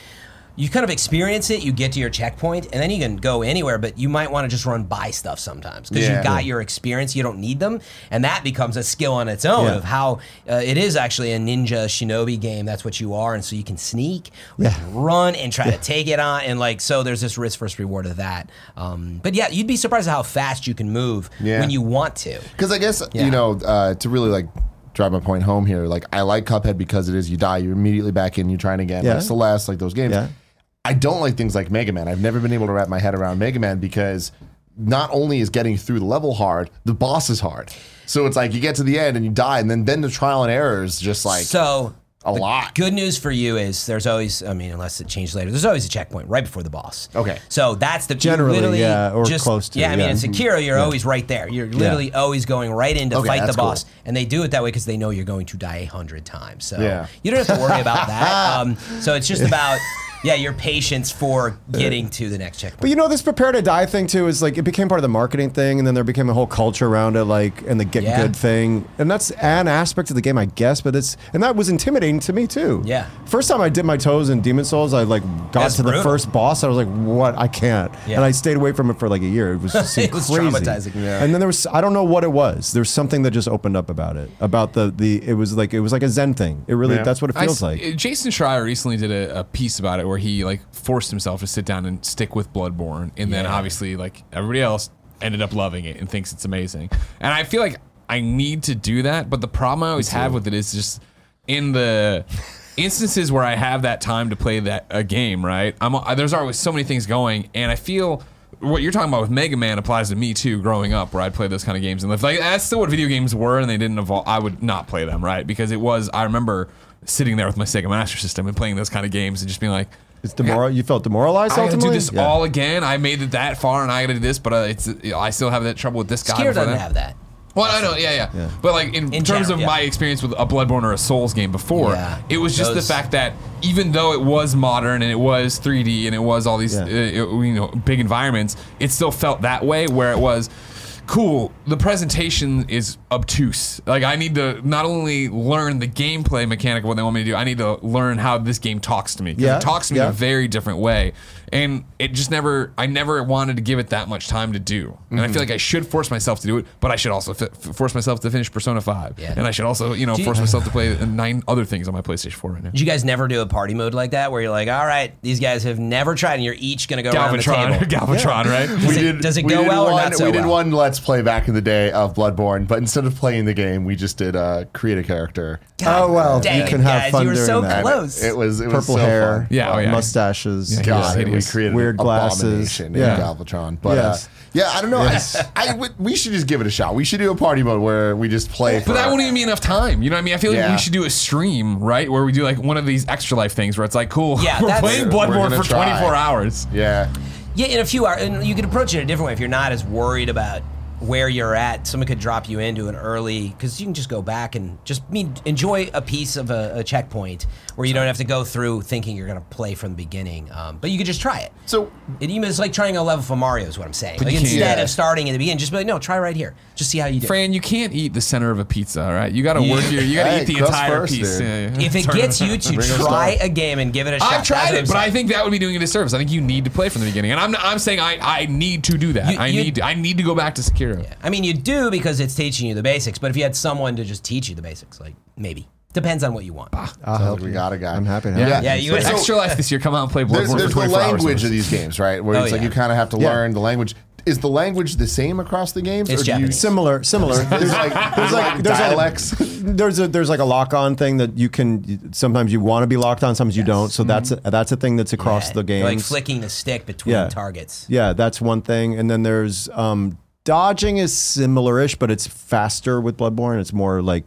You kind of experience it. You get to your checkpoint, and then you can go anywhere. But you might want to just run by stuff sometimes because Yeah. you've got your experience. You don't need them, and that becomes a skill on its own Yeah. of how uh, it is actually a ninja shinobi game. That's what you are, and so you can sneak, you can run, and try to take it on, and like so. There's this risk versus reward of that. Um, but yeah, you'd be surprised at how fast you can move Yeah. when you want to. Because I guess Yeah. you know uh, to really like drive my point home here. Like I like Cuphead because it is you die, you're immediately back in, you're trying again. Yeah. Like Celeste, like those games. Yeah. I don't like things like Mega Man. I've never been able to wrap my head around Mega Man because not only is getting through the level hard, the boss is hard. So it's like you get to the end and you die, and then then the trial and error is just like so a the lot. Good news for you is there's always, I mean, unless it changes later, there's always a checkpoint right before the boss. Okay. So that's the you Generally, literally yeah, or just- close to, Yeah, I mean, yeah. in Sekiro, you're always right there. You're literally always going right in to Okay, fight the that's cool. boss, and they do it that way because they know you're going to die a hundred times. So Yeah. you don't have to worry *laughs* about that. Um, so it's just about. Yeah, your patience for getting to the next checkpoint. But you know, this prepare to die thing too is like it became part of the marketing thing, and then there became a whole culture around it, like and the get Yeah. good thing, and that's an aspect of the game, I guess. But it's and that was intimidating to me too. Yeah. First time I did my toes in Demon Souls, I like got That's to the brutal. first boss, I was like, "What? I can't," Yeah. and I stayed away from it for like a year. It was *laughs* just It was crazy. traumatizing. Yeah. And then there was I don't know what it was. There's something that just opened up about it, about the the it was like it was like a Zen thing. It really Yeah. that's what it I feels s- uh, like. Jason Schreier recently did a, a piece about it where he like forced himself to sit down and stick with Bloodborne, and then obviously like everybody else ended up loving it and thinks it's amazing. And I feel like I need to do that, but the problem I always have with it is just in *laughs* the instances where I have that time to play that a game, right? I'm there's always so many things going, and I feel what you're talking about with Mega Man applies to me too. Growing up, where I'd play those kind of games, and if like that's still what video games were, and they didn't evolve, I would not play them, right? Because it was I remember sitting there with my Sega Master System and playing those kind of games and just being like, It's demoral. You felt demoralized. I gotta do ultimately? this Yeah. all again. I made it that far, and I gotta do this, but uh, it's you know, I still have that trouble with this guy. Skier before doesn't have that. Well, I know, yeah, yeah, But like in, In terms general, of yeah. my experience with a Bloodborne or a Souls game before, Yeah. it was just Those- the fact that even though it was modern and it was 3D and it was all these Yeah. uh, you know big environments, it still felt that way where it was. Cool. The presentation is obtuse. Like I need to not only learn the gameplay mechanic of what they want me to do, I need to learn how this game talks to me. 'Cause Yeah, It talks to me in yeah. a very different way. And it just never, I never wanted to give it that much time to do. And I feel like I should force myself to do it, but I should also fi- f- force myself to finish Persona 5. Yeah. And I should also, you know, you- force myself to play nine other things on my PlayStation 4 *laughs* right now. Did you guys never do a party mode like that where you're like, all right, these guys have never tried, and you're each gonna go around the Galvatron, table? *laughs* *laughs* Galvatron, right? Does it- does it go well or one, not so We did well? one Let's Play back in the day of Bloodborne, but instead of playing the game, we just did uh, create a character. Oh well, Dang you it, can have guys, fun you were doing so that. close. It was it was Purple so hair, Fun. Yeah, oh, yeah. mustahideous. Yeah, God, It and we hideous. created Weird weird glasses. glasses in Yeah. Galvatron. But Yes. uh, yeah, I don't know. I I would- we should just give it a shot. We should do a party mode where we just play. But for- that won't even be enough time. You know what I mean? I feel like Yeah. we should do a stream, right? Where we do like one of these extra life things where it's like, cool, *laughs* Yeah, we're that's- playing We're Bloodborne gonna for try. 24 hours. Yeah, Yeah, in a few hours, and you could approach it a different way if you're not as worried about where you're at. Someone could drop you into an early because you can just go back and just mean enjoy a piece of a, a checkpoint where you don't have to go through thinking you're going to play from the beginning. Um, but you could just try it. so It even it's like trying a level from Mario is what I'm saying. Like you can't- instead Yeah. of starting at the beginning, just be like, no, try right here. Just see how you do. Fran, you can't eat the center of a pizza, all right? You got to work your, you got to Hey, eat the crust entire first, piece. dude. Yeah, yeah. if it Sorry. gets you to Ringo try Starr. a game and give it a shot, I've tried it, that's but what I I'm saying. think that would be doing a disservice. I think you need to play from the beginning, and I'm I'm saying I, I need to do that. You- I you- need to, I need to go back to Sekiro. I mean, you do because it's teaching you the basics. But if you had someone to just teach you the basics, like maybe depends on what you want. I'll sounds Ah, help like we you. got a guy. I'm happy to Yeah, help. Yeah, you But So- Extra life this year. Come out and play there's, Bloodborne for there's the 24 hours. language of these *laughs* games, right? Where Oh, it's like yeah. you kind of have to Yeah. learn the language. Is the language the same across the games? It's or do you- Japanese. Similar, *laughs* similar. There's *laughs* like there's like dialects. there's a there's like a lock on thing that you can sometimes you want to be locked on sometimes you don't Mm-hmm. so that's a, that's a thing that's across Yeah, the games Like flicking the stick between Yeah. targets. yeah that's one thing and then there's um dodging is similar-ish but it's faster with bloodborne it's more like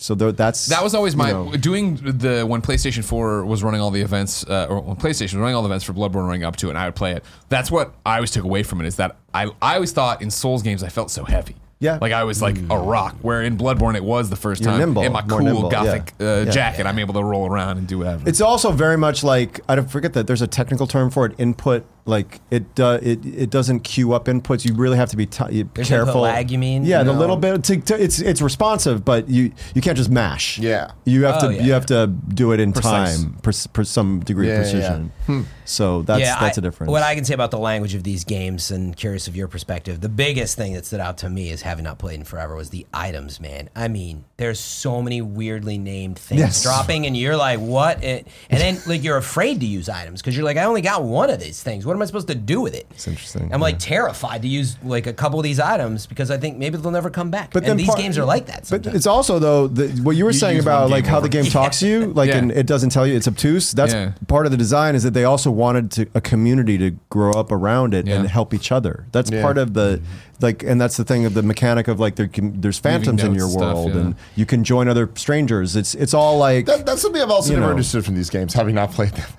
so there, that's That was always you my know, doing the when PlayStation 4 was running all the events, uh, or when PlayStation was running all the events for Bloodborne running up to it, and I would play it. That's what I always took away from it is that I, I always thought in Souls games I felt so heavy. Yeah. Like I was like a Mm. rock, where in Bloodborne it was the 1st You're time. nimble, in my more cool nimble, yeah. gothic uh, Yeah. jacket, I'm able to roll around and do whatever. it's also very much like I don't forget that there's a technical term for it input like it uh, it it doesn't queue up inputs you really have to be t- you- There's careful input lag, you mean? yeah the No. little bit to, to- it's it's responsive but you you can't just mash Yeah. you have Oh, to yeah, you have to do it in Precise. time per, per some degree Yeah, of yeah, Hmm. yeah. precision so that's that's a a difference What I can say about the language of these games, and curious of your perspective, the biggest thing that stood out to me is having not played in forever was the items, man. I mean, there's so many weirdly named things Yes. dropping, and you're like, what? And, and then like you're afraid to use items because you're like, I only got one of these things. What am I supposed to do with it? It's interesting, I'm like terrified to use like a couple of these items because I think maybe they'll never come back. But and these part- games are like that. But Sometimes. it's also though the, what you were saying use one about game like how the over. game talks to *laughs* you, like Yeah. and it doesn't tell you it's obtuse. That's Yeah. part of the design is that they also wanted to, a community to grow up around it and Yeah. Mm-hmm. help each other. That's part of the like, and that's the thing of the mechanic of like there can, there's phantoms in notes your and stuff, world, yeah. and you can join other strangers. It's it's all like That, that's something I've also You never know. understood from these games, having not played them. *laughs*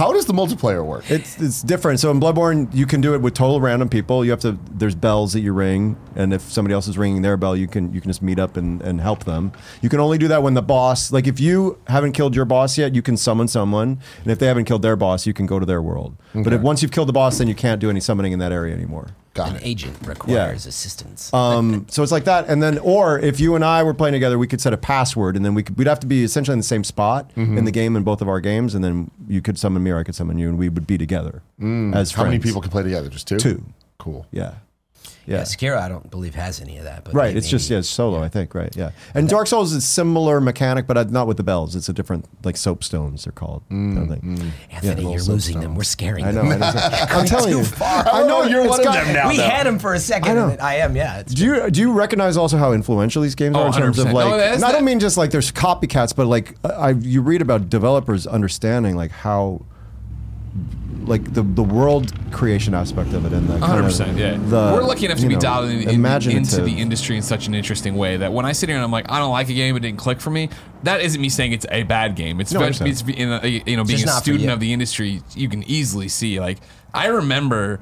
How does the multiplayer work? It's it's different. So in Bloodborne, you can do it with total random people. You have to. There's bells that you ring, and if somebody else is ringing their bell, you can you can just meet up and, and help them. You can only do that when the boss, like if you haven't killed your boss yet, you can summon someone, and if they haven't killed their boss, you can go to their world. But if, once you've killed the boss, then you can't do any summoning in that area anymore. Got An it. agent requires assistance. Um, so it's like that, and then or if you and I were playing together, we could set a password, and then we could, we'd have to be essentially in the same spot Mm-hmm. in the game in both of our games, and then you could summon me or I could summon you, and we would be together as Mm. How many friends. people can play together? Just two. Two. Cool. Yeah. yeah. Yeah. Sekiro, I don't believe has any of that. But right. may- It's just maybe. yeah, it's solo, I think, right? Yeah. And Dark Souls is similar mechanic, but uh, not with the bells. It's a different like soapstones they're called. Mm, kind of thing. Yeah, Anthony, the little you're losing them. We're scaring I *laughs* know. them. I am telling you. *laughs* I know you're it's one of got- them now. we though. had him for a second. know. and I am, yeah. It's Do you do you recognize also how influential these games Oh, are in terms of 100%. like? No, that's and I not- don't mean just like there's uh, copycats, but like I you read about developers understanding like how like the the world creation aspect of it and the kind of 100%. Yeah. the, We're lucky enough to you be know, dialed in, in- into imaginative. the industry in such an interesting way that when I sit here and I'm like, I don't like a game, it didn't click for me. That isn't me saying it's a bad game. It's, No, I about, understand. it's be- in a, you know being just a not for student you. of the industry, you can easily see. Like I remember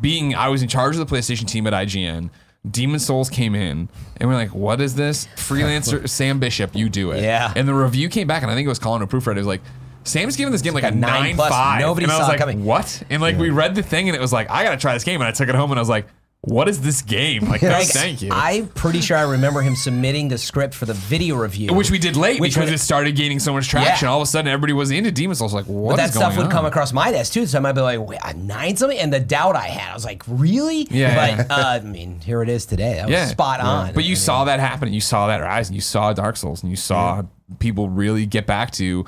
being, I was in charge of the PlayStation team at IGN. Demon Souls came in, and we're like, "What is this?" *laughs* Freelancer Sam Bishop, you do it. Yeah. And the review came back, and I think it was Colin a proofreader. It was like, "Sam's giving this game like, like a a nine nine plus. five. Nobody and I was saw it like, coming. what? And like we read the thing and it was like, I gotta try this game. And I took it home and I was like, what is this game? Like, no, Greg, thank you. I'm pretty sure I remember him submitting the script for the video review, which we did late which because would- it started gaining so much traction. Yeah. All of a sudden, everybody was into Demon Souls. Like, what But that is going stuff would on? come across my desk too, so I might be like, "Wait, I nine something," and the doubt I had, I was like, "Really?" Yeah. But uh, I mean, here it is today. That was Yeah. spot on. But I mean, you saw that happen. and You saw that rise, and you saw Dark Souls, and you saw people really get back to.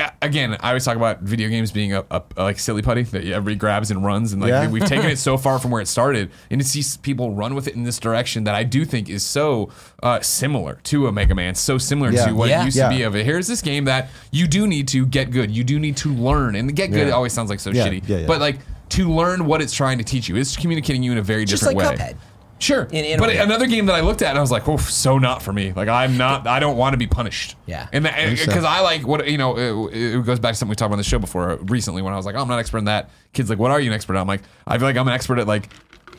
A- Again, I always talk about video games being a, a, a, like silly putty that everybody grabs and runs, and like Yeah. we've taken *laughs* it so far from where it started, and to see s- people run with it in this direction that I do think is so uh, similar to a Mega Man, so similar Yeah. to what Yeah. used Yeah. to be of it. Here's this game that you do need to get good, you do need to learn, and the get good always sounds like so Yeah. shitty, Yeah, yeah. but like to learn what it's trying to teach you, it's communicating you in a very Just different like way. Cuphead. Sure, In- in a but way. another game that I looked at and I was like, "Oh, so not for me. Like, I'm not. I don't want to be punished." Yeah. and because I like what you know, it, it goes back to something we talked about on the show before uh, recently when I was like, "Oh, "I'm not an expert in that." Kids like, "What are you an expert?" on? I'm like, "I feel like I'm an expert at like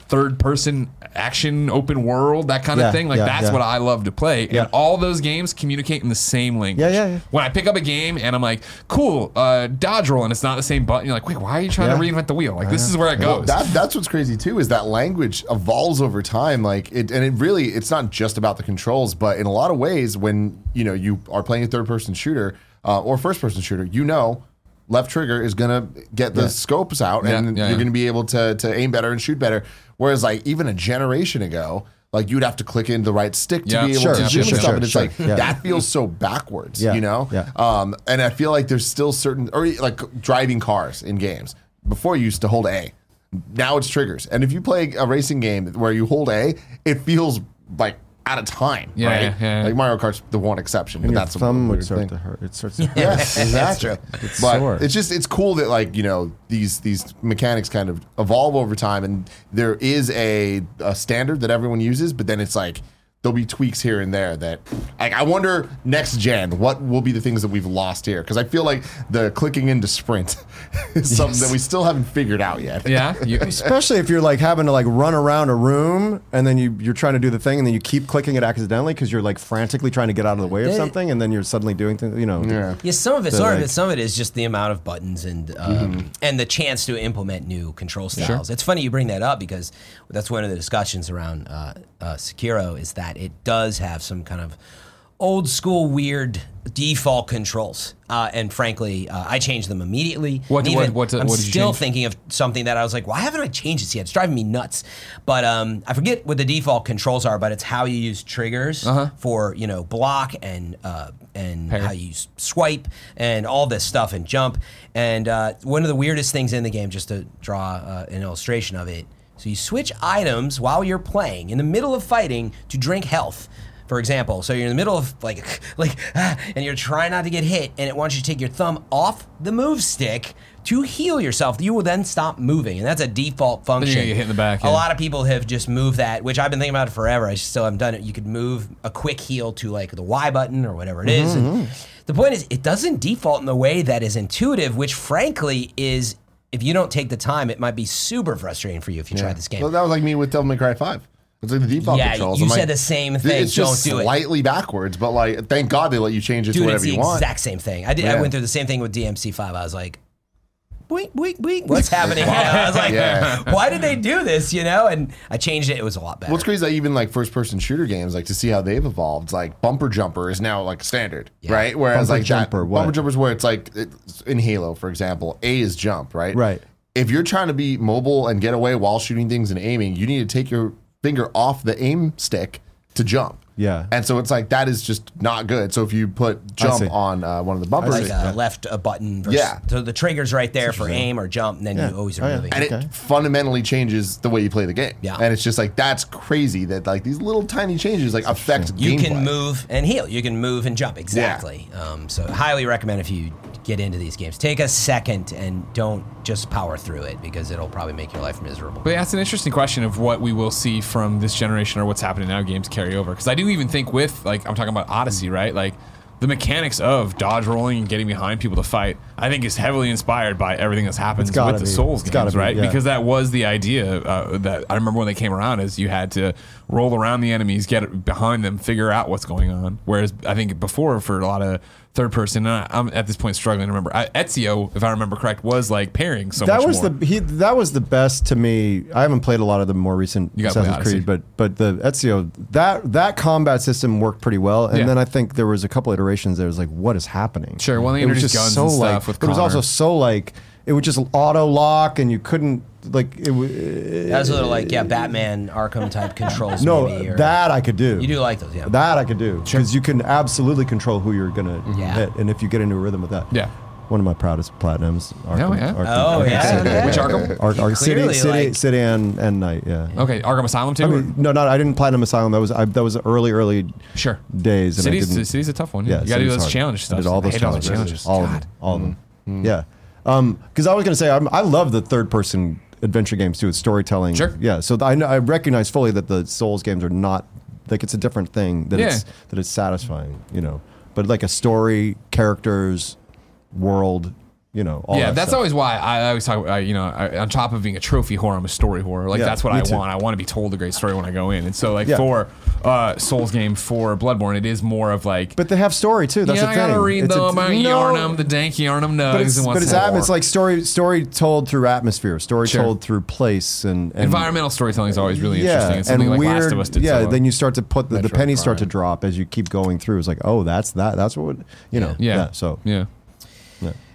third person action, open world, that kind Yeah, of thing. Like yeah, that's yeah. what I love to play." Yeah. And all those games communicate in the same language. Yeah, yeah, yeah. When I pick up a game and I'm like, "Cool, uh, dodge roll," and it's not the same button, you're like, "Wait, why are you trying to Yeah. reinvent the wheel?" Like this is where it goes. Well, that, that's what's crazy too is that language evolves over time. Like it, and it really, it's not just about the controls, but in a lot of ways, when you know you are playing a third-person shooter uh, or first-person shooter, you know. Left trigger is gonna get the scopes out, and Yeah, yeah, you're yeah. gonna be able to to aim better and shoot better. Whereas, like even a generation ago, like you'd have to click into the right stick to Yeah. be able Sure, to yeah, do sure, stuff, sure, and it's sure. like Yeah. *laughs* that feels so backwards, Yeah, you know. yeah. Um, and I feel like there's still certain, or like driving cars in games. Before you used to hold A, now it's triggers. And if you play a racing game where you hold A, it feels like out of time, Yeah, right? yeah, yeah. Like Mario Kart's the one exception, but your that's thumb a would weird start thing. to hurt. It *laughs* starts to hurt. Yeah, That's exactly. true. It's but sore. it's just it's cool that like you know these these mechanics kind of evolve over time, and there is a, a standard that everyone uses, but then it's like there'll be tweaks here and there that like I wonder next gen what will be the things that we've lost here because I feel like the clicking into sprint *laughs* is something that we still haven't figured out yet. yeah, you, Especially if you're like having to like run around a room and then you you're trying to do the thing and then you keep clicking it accidentally because you're like frantically trying to get out of the way of They- something and then you're suddenly doing things. You know. Yeah. yeah, some of it's So, sort of like- it. Some of it is just the amount of buttons and um, and the chance to implement new control styles. It's funny you bring that up because that's one of the discussions around uh, uh, Sekiro is that it does have some kind of old school weird default controls. Uh, and frankly, uh, I changed them immediately. What- And what- what- uh, I'm what did you still change? thinking of something that I was like, why haven't I changed this yet? It's driving me nuts. But um, I forget what the default controls are, but it's how you use triggers Uh-huh. for you know block and uh, and how you s- swipe and all this stuff and jump. And uh, one of the weirdest things in the game, just to draw uh, an illustration of it, so you switch items while you're playing in the middle of fighting to drink health. For example, so you're in the middle of like, *laughs* like, ah, and you're trying not to get hit, and it wants you to take your thumb off the move stick to heal yourself. You will then stop moving, and that's a default function. get hit in the back, A yeah. lot of people have just moved that, which I've been thinking about it forever. I still haven't done it. You could move a quick heal to like the Y button or whatever it is. Mm-hmm, And the point is, it doesn't default in the way that is intuitive, which frankly is. If you don't take the time, it might be super frustrating for you if you try this game. Well, that was like me with Devil May Cry Five. It's like the default Yeah, controls. you I'm like, said the same "Dude, thing, It's just don't do it." slightly backwards, but like, thank God they let you change it to Dude, it's whatever the you want. exact same thing. I did. I Yeah. went through the same thing with DMC five. I was like, boink, boink, boink. What's happening? here? I was like, Yeah. why did they do this? You know? And I changed it. It was a lot better. What's crazy, is that even like first person shooter games, like to see how they've evolved. Like bumper jumper is now like standard, right? Whereas Bumper like that- jumper, what? bumper jumper is where it's like it's in Halo, for example, A is jump, right? Right. If you're trying to be mobile and get away while shooting things and aiming, you need to take your finger off the aim stick to jump. Yeah. And so it's like that is just not good. So if you put see. jump on uh, one of the bumpers, like uh, left a button. Versus, Yeah. So the trigger's right there for aim or jump, and then Yeah. you always Oh, are yeah. moving. and Okay. it fundamentally changes the way you play the game. Yeah. And it's just like that's crazy that like these little tiny changes like affect You gameplay. can move and heal. You can move and jump. Exactly. Um, so highly recommend if you get into these games. Take a second and don't just power through it because it'll probably make your life miserable. But that's an interesting question of what we will see from this generation or what's happening now games carry over. Because I do even think with like I'm talking about Odyssey, right? Like the mechanics of dodge rolling and getting behind people to fight, I think is heavily inspired by everything that's happened gotta with the be. Souls It's gotta games, be, right? yeah. Because that was the idea uh, that I remember when they came around is you had to roll around the enemies, get behind them, figure out what's going on. Whereas I think before for a lot of third person, and I, I'm at this point struggling to remember. I, Ezio, if I remember correct, was like parrying so that much was more. the he, that was the best to me. I haven't played a lot of the more recent You gotta play Assassin's Creed, Odyssey. but but the Ezio that that combat system worked pretty well. And Yeah. then I think there was a couple iterations that was like, what is happening? Sure, well, they It was introduced guns and like, stuff with but it was Connor. also so like it would just auto lock, and you couldn't like it. w- That's a little like yeah, Batman Arkham type controls. *laughs* No, maybe, or- that I could do. you do like those, yeah. That I could do because you can absolutely control who you're gonna Yeah. hit, and if you get into a rhythm with that, Yeah. One of my proudest platinums. Arkham, Oh, yeah. Arkham- oh Arkham yeah, City. yeah. Which Arkham? Oh, Ark, Ark, city, Clearly, city, like- city, and and night. Yeah. okay, Arkham Asylum too. I or- mean, no, not I didn't Platinum Asylum. That was I, that was early, early Sure. days. And I City's, didn't, city's a tough one. yeah, Yeah, you gotta do city's those hard. challenge I stuff. did all those I hate challenges, challenges. all of God. Mm-hmm. them, all of them. Yeah, because I was gonna say I'm, I love the third person adventure games too. It's storytelling. Sure. Yeah, so I, kn- I recognize fully that the Souls games are not like it's a different thing. That it's Yeah. that it's satisfying, you know. But like a story, characters, world, you know. All yeah, that that's stuff. always why I always talk. I, you know, I, on top of being a trophy whore, I'm a story whore. Like Yeah, that's what me I too. want. I want to be told a great story when I go in. And so, like Yeah. for uh, Souls game for Bloodborne, it is more of like. But they have story too. That's yeah, the I thing. gotta read It's a- them. I'm gonna No. yarn them the dank yarn them nugs but it's, and but what's it's, more. atm- it's like story story told through atmosphere, story Sure. told through place and, and environmental storytelling is always really yeah, interesting. It's something and like weird. Last of Us did. yeah, so well. then you start to put the, the Metroid pennies start to Prime. drop as you keep going through. It's like, oh, that's that. That's what would- you know. yeah. so yeah.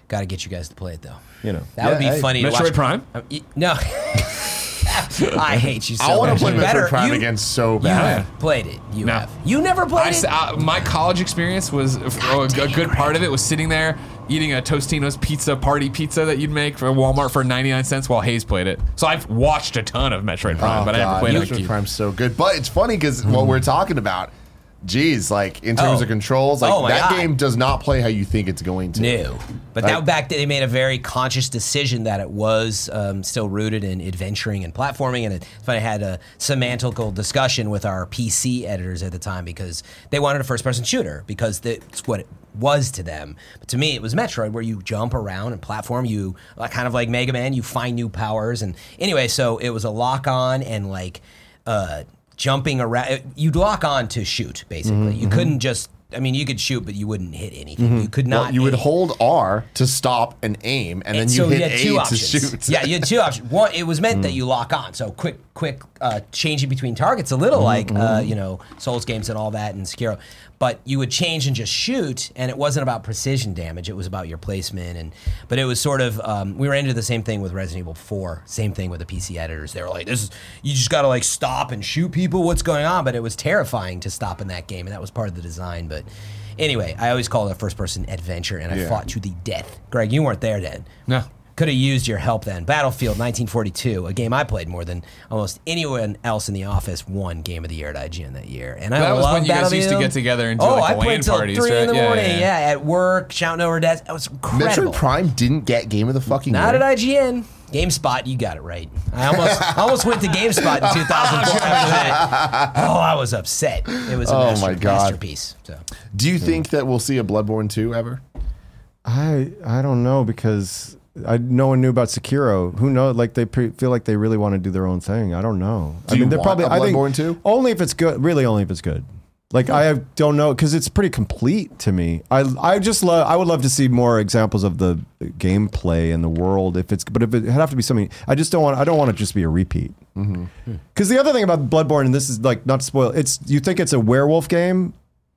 Got to get you guys to play it though. you know. That would be Yeah, hey. funny. to Metroid watch. Prime? Um, y- no. *laughs* I hate you so I want much. to play You Metroid better- Prime you- again so You bad. have played it. You No. have. You never played I s- it. uh, my college experience was oh, a, a good part of it was sitting there eating a Tostino's pizza party pizza that you'd make for Walmart for 99 cents while Hayes played it. So I've watched a ton of Metroid Prime, Oh, but I haven't played it. Metroid Oh, Prime's so good. But it's funny because what we're talking about, geez, like in terms Oh. of controls, like Oh my that God. game does not play how you think it's going to. No, but Like- that back then they made a very conscious decision that it was um, still rooted in adventuring and platforming, and it, it's funny, I had a semantical discussion with our PC editors at the time because they wanted a first-person shooter because that's what it was to them. But to me, it was Metroid, where you jump around and platform. You like, kind of like Mega Man, you find new powers, and anyway, so it was a lock-on and like uh, jumping around. uh, You'd lock on to shoot basically. Mm-hmm, You couldn't just. I mean, you could shoot, but you wouldn't hit anything. You could not. Well, you would aim. hold R to stop and aim, and then And you so hit you had two A to options. shoot. *laughs* Hmm. Yeah, you had two options. One, it was meant that you lock on. So quick, quick uh, changing between targets, a Hmm, little like uh, you know Souls games and all that and Sekiro. But you would change and just shoot, and it wasn't about precision damage. It was about your placement, and but it was sort of um, we were into the same thing with Resident Evil Four. Same thing with the PC editors. They were like, "This is you just got to like stop and shoot people. What's going on?" But it was terrifying to stop in that game, and that was part of the design. But anyway, I always call it a first-person adventure, and I Yeah. fought to the death. Greg, you weren't there then. No. Could have used your help then. Battlefield 1942, a game I played more than almost anyone else in the office, won Game of the Year at IGN that year. And I That was love when you guys used to Battlefield. get together and do, oh, like, I the LAN played till parties, three in right? the Yeah, morning. yeah, Yeah, yeah. at work, shouting over desk. That was incredible. Metroid Prime didn't get Game of the Fucking Not Year. at IGN. GameSpot, you got it right. I almost I almost went to *laughs* GameSpot in 2004 after that. Oh, I was upset. It was a Oh, master- my God. masterpiece. So. Do you think that we'll see a Bloodborne 2 ever? I I don't know because I no one knew about Sekiro. Who knows? Like they pre- feel like they really want to do their own thing. I don't know. I you they're want a I think Bloodborne too? only if it's good. Really, only if it's good. Like I have- don't know because it's pretty complete to me. I I just love. I would love to see more examples of the gameplay and the world. If it's but if it would have to be something, I just don't want. I don't want it to just be a repeat. Because the other thing about Bloodborne, and this is like not to spoil, it's you think it's a werewolf game,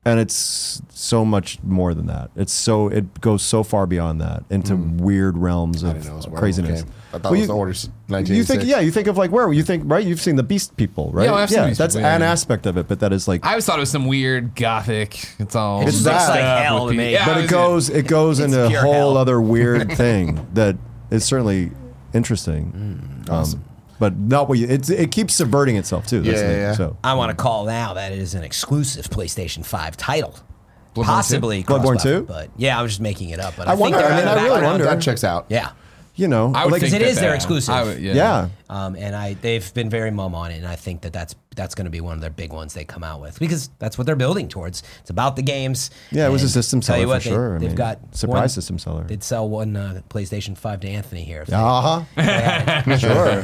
and it's so much more than that. It's so it goes so far beyond that into weird realms of Hmm. didn't know it was a werewolf craziness. game. I thought it was the Orders You think 1986. yeah, you think of like where you think right? You've seen the Beast people, right? Yeah, I've seen Beast that's People, yeah, an yeah. aspect of it, but that is like. I always thought it was some weird gothic. It's all It just looks stuff like hell with to pe- me. Yeah, but I it was- goes it goes It's into a pure whole hell. *laughs* other weird thing that is certainly interesting. Hmm, Um, but not what you, it's, it keeps subverting itself too. That's Yeah, the- yeah, yeah. So I want to call now that it is an exclusive PlayStation 5 title. Bloodborne 2? possibly Bloodborne cross-platform, 2? but yeah, I was just making it up. But I, I think wonder. they're I in mean, the I really background. wonder. That checks out. Yeah, You know, I would like, think it that is their that- exclusive. I would- yeah. yeah. um, and I they've been very mum on it, and I think that that's that's going to be one of their big ones they come out with because that's what they're building towards. It's about the games. Yeah, it was a and system tell seller you for what, they, sure. I They've mean, got surprise one- system seller. Did sell one uh, PlayStation Five to Anthony here. if they- Uh huh. *laughs* sure.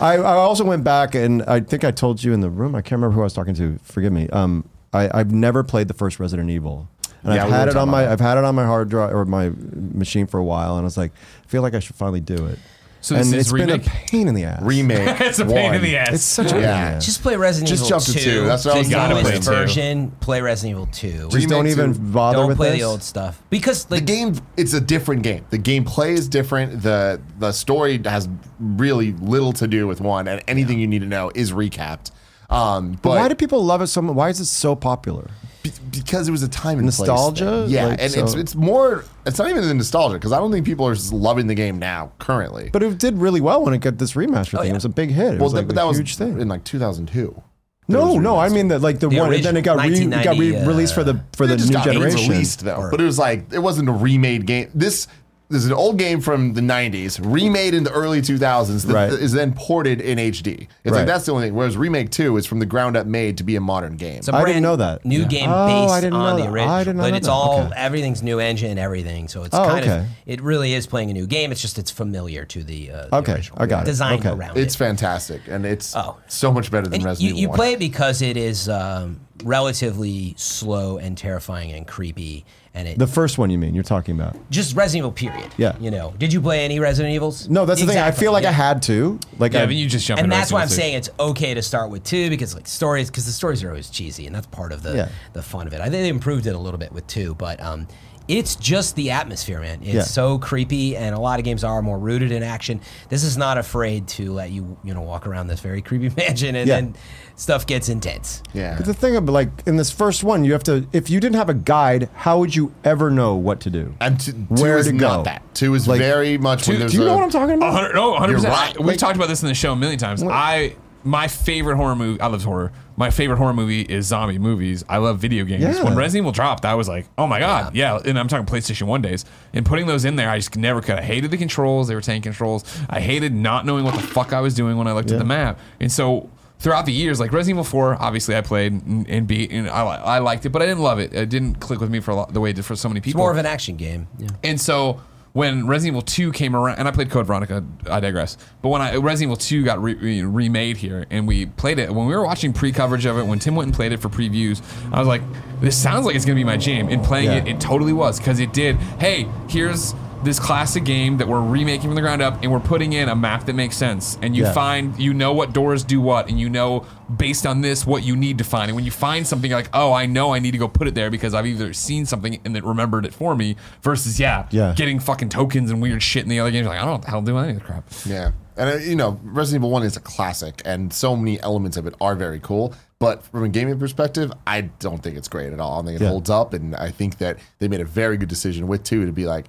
I, I also went back and I think I told you in the room. I can't remember who I was talking to. Forgive me. Um, I, I've never played the first Resident Evil, and Yeah, I've we had were it on talking my about I've had it on my hard drive or my machine for a while, and I was like, I feel like I should finally do it. So and this is it's been a remake? pain in the ass. *laughs* Remake. It's a pain one. in the ass. It's such a pain in Yeah. the ass. Just play Resident Just Evil jump to 2. two. That's what I was The thinking. Gotta newest play two. version. Play Resident Evil 2. Just don't remake even to- bother Don't with play this. the old stuff because The like game, it's a different game. The gameplay is different. the The story has really little to do with one, and anything you need to know is recapped. Um, but why do people love it so much? Why is it so popular? Be- because it was a time and Nostalgia? Place thing. yeah, Like, and it's so- it's more. It's not even the nostalgia because I don't think people are just loving the game now currently. But it did really well when it got this remaster thing. yeah. It was a big hit. It Oh, well, was like that, but a that was huge thing. in like 2002. No, was no, I mean that like the, The one, and then it original uh, got re, it got 1990, re released for the for the it just new got generation. released though, Or- but it was like it wasn't a remade game. This. This is an old game from the 90s, remade in the early 2000s, that Right. is then ported in HD. It's Right. like that's the only thing. Whereas Remake 2 is from the ground up made to be a modern game. It's a I didn't brand know that. New Yeah. game Oh, I based didn't know that. on the I original, did not but know it's that. all Okay. everything's new engine, everything. So it's Oh, kind of okay. it really is playing a new game. It's just it's familiar to the, uh, the Okay, original. I got it. Design Okay. around it's it. fantastic, and it's Oh. so much better than And Resident Evil. you, you 1. play it because it is um, relatively slow and terrifying and creepy, and it The first one you mean you're talking about? just Resident Evil period. Yeah. you know. Did you play any Resident Evils? No, that's the thing. I Exactly, feel like yeah. I had to like yeah, I, but you just jump and into that's why I'm Resident Evil saying it's okay to start with two because like stories because the stories are always cheesy and that's part of the Yeah. the fun of it. I think they improved it a little bit with two, but um, it's just the atmosphere, man. It's Yeah. so creepy, and a lot of games are more rooted in action. This is not afraid to let you you know walk around this very creepy *laughs* mansion and Yeah. then stuff gets intense. yeah. But the thing of like in this first one, you have to if you didn't have a guide, how would you ever know what to do? And two, Where two is to go? not that. Two is Like, very much when do there's do you a, know what I'm talking about? 100, no, 100%. You're right. We've talked about this in the show a million times. I my favorite horror movie. I love horror. My favorite horror movie is zombie movies. I love video games. Yeah. When Resident Evil dropped, I was like, "Oh my god, yeah. And I'm talking PlayStation One days. And putting those in there, I just never could. I hated the controls. They were tank controls. I hated not knowing what the fuck I was doing when I looked at Yeah. the map. And so throughout the years, like Resident Evil Four, obviously I played and, and beat, and I, li- I liked it, but I didn't love it. It didn't click with me for a lot, the way it did for so many people. More of an action game. Yeah. And so when Resident Evil 2 came around, and I played Code Veronica, I digress. But when I, Resident Evil 2 got re, re- remade here and we played it, when we were watching pre coverage of it, when Tim went and played it for previews, I was like, this sounds like it's going to be my jam. And playing Yeah. it, it totally was because it did. Hey, here's this classic game that we're remaking from the ground up and we're putting in a map that makes sense and you Yeah. find you know what doors do what and you know based on this what you need to find and when you find something you're like oh i know i need to go put it there because i've either seen something and it remembered it for me versus yeah Yeah. getting fucking tokens and weird shit in the other games like i don't know what the hell to do with any of the crap Yeah, and uh, you know, Resident Evil One is a classic, and so many elements of it are very cool. But from a gaming perspective, I don't think it's great at all. I think it Yeah. holds up, and I think that they made a very good decision with two to be like,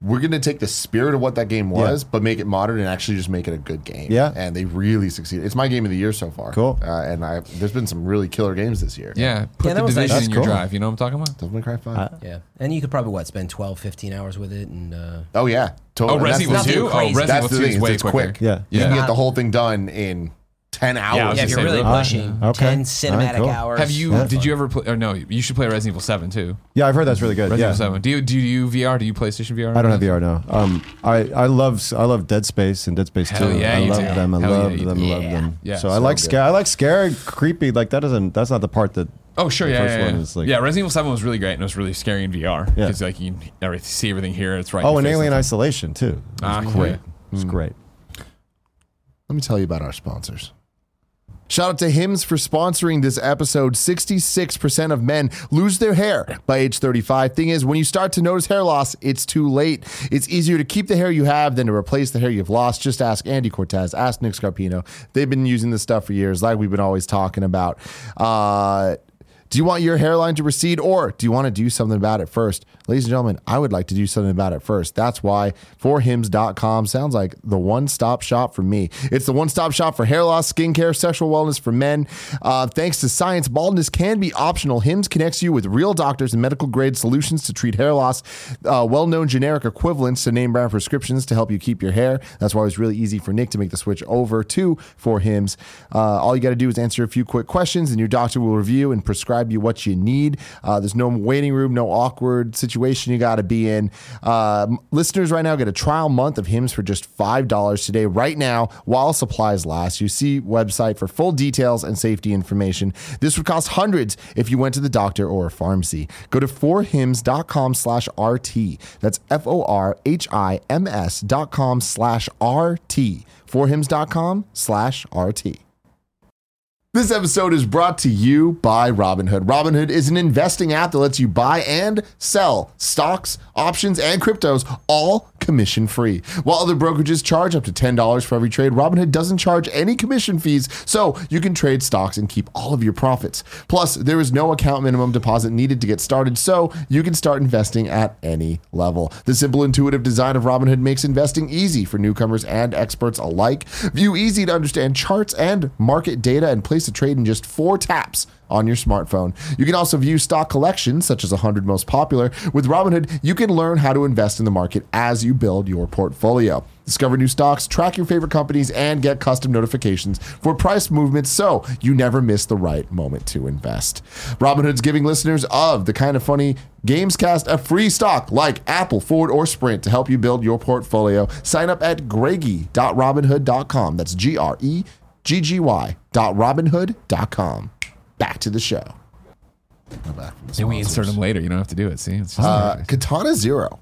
we're going to take the spirit of what that game was, but make it modern and actually just make it a good game. Yeah. and they really succeeded. It's my game of the year so far. Cool. uh, and I there's been some really killer games this year. yeah put Yeah, that the was nice. division That's in your cool. drive you know what i'm talking about Devil May Cry Five. Uh, Yeah, and you could probably what spend 12, 15 hours with it, and uh, oh yeah, totally. oh And that's resident the- evil nothing 2 oh crazy. resident That's evil the 2 thing. is It's, way it's quicker quick. Yeah. you Yeah. can get the whole thing done in ten hours. I was just yeah, if you're saying, really really? pushing, Okay. ten All cinematic right, cool. hours. have you Yeah. did you ever play or no you should play resident evil 7 too Yeah, I've heard that's really good. resident yeah. evil 7 do you do you vr do you playstation vr I don't have VR now. Um, I, I love I love Dead Space and Dead Space Hell Two. yeah, I you love do. them. I Hell yeah, love you them. do. Love them. Yeah, so I so like good. scare. I like scary, creepy. Like that doesn't. That's not the part that. Oh sure, the yeah, first yeah, one yeah. is like- yeah. Resident Evil Seven was really great and it was really scary in VR Yeah. because like you can every- see everything here. It's right. in Oh, your and face. Alien Isolation too. Ah, Great. yeah. It's great. Let me tell you about our sponsors. Shout out to Hims for sponsoring this episode. 66% of men lose their hair by age 35. Thing is, when you start to notice hair loss, it's too late. It's easier to keep the hair you have than to replace the hair you've lost. Just ask Andy Cortez, ask Nick Scarpino. They've been using this stuff for years, like we've been always talking about. Uh, Do you want your hairline to recede or do you want to do something about it first? Ladies and gentlemen, I would like to do something about it first. That's why forhims.com sounds like the one stop shop for me. It's the one stop shop for hair loss, skincare, sexual wellness for men. Uh, thanks to science, baldness can be optional. Hims connects you with real doctors and medical grade solutions to treat hair loss, uh, well known generic equivalents to name brand prescriptions to help you keep your hair. That's why it was really easy for Nick to make the switch over to For Hims. Uh, all you got to do is answer a few quick questions, and your doctor will review and prescribe you what you need. Uh, there's no waiting room, no awkward situation you got to be in. Uh, m- listeners right now get a trial month of Hims for just $5 today, right now, while supplies last. You see website for full details and safety information. This would cost hundreds if you went to the doctor or a pharmacy. Go to forhims.com slash RT. That's F-O-R-H-I-M-S dot com slash RT. Forhims.com slash RT. This episode is brought to you by Robinhood. Robinhood is an investing app that lets you buy and sell stocks, options, and cryptos all commission free. While other brokerages charge up to $10 for every trade, Robinhood doesn't charge any commission fees, so you can trade stocks and keep all of your profits. Plus, there is no account minimum deposit needed to get started, so you can start investing at any level. The simple, intuitive design of Robinhood makes investing easy for newcomers and experts alike. View easy to understand charts and market data and place a trade in just four taps on your smartphone. You can also view stock collections, such as 100 most popular. With Robinhood, you can learn how to invest in the market as you build your portfolio. Discover new stocks, track your favorite companies, and get custom notifications for price movements so you never miss the right moment to invest. Robinhood's giving listeners of the kind of funny Gamescast a free stock like Apple, Ford, or Sprint to help you build your portfolio. Sign up at greggy.robinhood.com. That's G R E G G Y dot robinhood.com back to the show. Now back from the Then we insert sponsors. them later. You don't have to do it. See, it's just uh, Uh, Katana Zero.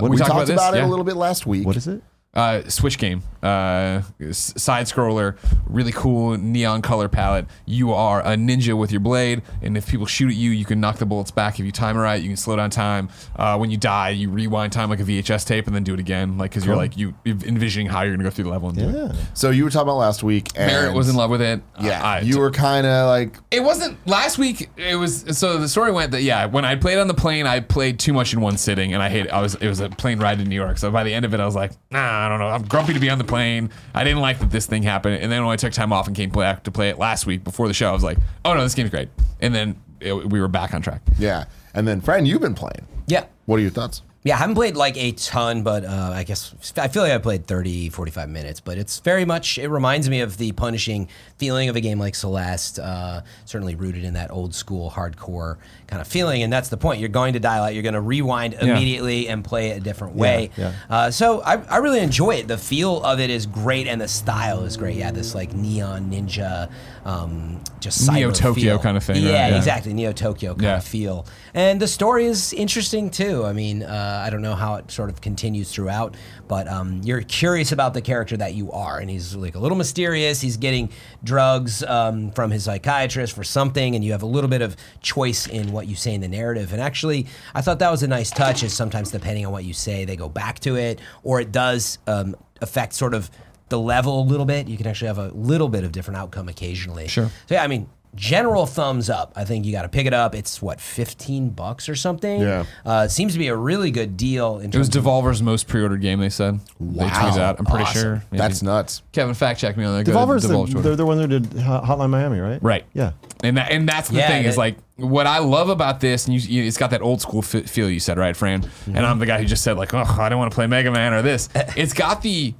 we we talked talked about about, this, it yeah. a little bit last week. What is it? uh, Switch game, uh, side scroller, really cool neon color palette. You are a ninja with your blade, and if people shoot at you, you can knock the bullets back. If you time it right, you can slow down time. Uh, when you die, you rewind time like a VHS tape and then do it again, like because you're like you you're envisioning how you're gonna go through the level. And do it. So you were talking about last week. And Barrett was in love with it. Yeah, I- I- you were kind of like It wasn't last week. It was so the story went that yeah, when I played on the plane, I played too much in one sitting, and I hate. I was it was a plane ride to New York, so by the end of it, I was like, nah, I don't know. I'm grumpy to be on the plane. I didn't like that this thing happened, and then when I took time off and came back to play it last week before the show, I was like, oh no, this game's great, and then it, we were back on track. yeah. And then, friend, you've been playing. Yeah. What are your thoughts? Yeah, I haven't played like a ton, but uh, I guess I feel like I played 30, 45 minutes. But it's very much, it reminds me of the punishing feeling of a game like Celeste, uh, certainly rooted in that old school hardcore kind of feeling. And that's the point. You're going to dial out, you're going to rewind immediately and play it a different way. yeah. Uh, so I, I really enjoy it. The feel of it is great and the style is great. Yeah, this like neon ninja, um, just cyber Neo Tokyo feel. kind of thing, right? Yeah, Yeah. exactly exactly neo Tokyo kind Yeah. of feel. And the story is interesting too. I mean, uh, I don't know how it sort of continues throughout, but um, you're curious about the character that you are, and he's like a little mysterious. He's getting drugs um, from his psychiatrist for something, and you have a little bit of choice in what you say in the narrative. And actually, I thought that was a nice touch. Is sometimes depending on what you say, they go back to it, or it does um, affect sort of. The level a little bit, you can actually have a little bit of different outcome occasionally. Sure. So yeah, I mean, general thumbs up. I think you got to pick it up. It's what fifteen bucks or something. Yeah. uh, it seems to be a really good deal. In It was terms of, Devolver's most pre-ordered game. They said wow, they tweeted out. I'm pretty Awesome. sure. Maybe. That's nuts. Kevin fact check me on that. Go to Devolver's Devolver's the, Twitter. they're the one that did Hot- Hotline Miami, right? Right. Yeah. And that and that's the Yeah, thing is that- like what I love about this, and you, you, it's got that old school f- feel you said, right, Fran? And I'm the guy who just said like, oh, I don't want to play Mega Man or *laughs* this. it's got the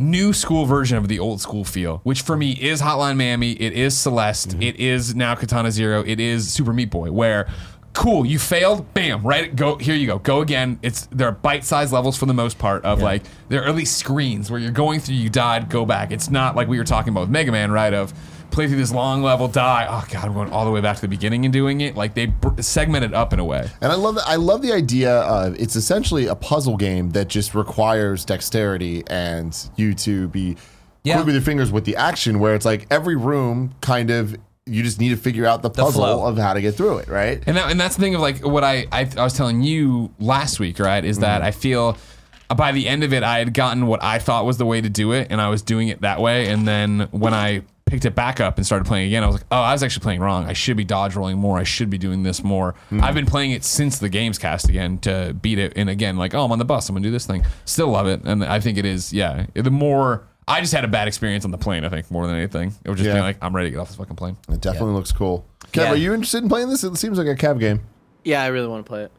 new school version of the old school feel, which for me is Hotline Miami, it is Celeste, it is now Katana Zero, it is Super Meat Boy, where cool you failed bam right go here you go go again it's there are bite-sized levels for the most part of like there are at least screens where you're going through you died go back it's not like we were talking about with mega man right of play through this long level die oh god i'm going all the way back to the beginning and doing it like they br- segment it up in a way And I love the, I love the idea of it's essentially a puzzle game that just requires dexterity and you to be Yeah. quick with your fingers with the action. Where it's like every room kind of you just need to figure out the puzzle flow. of how to get through it. Right. And that, and that's the thing of like what I I, I was telling you last week, right? Is that I feel uh, by the end of it, I had gotten what I thought was the way to do it, and I was doing it that way. And then when I picked it back up and started playing again. I was like, oh, I was actually playing wrong. I should be dodge rolling more. I should be doing this more. I've been playing it since the game's cast again to beat it. And again, like, oh, I'm on the bus. I'm gonna do this thing. Still love it. And I think it is. Yeah, the more. I just had a bad experience on the plane. I think more than anything, it was just Yeah. being like, I'm ready to get off this fucking plane. It definitely looks cool. Kev, Yeah. are you interested in playing this? It seems like a Kev game. Yeah, I really want to play it.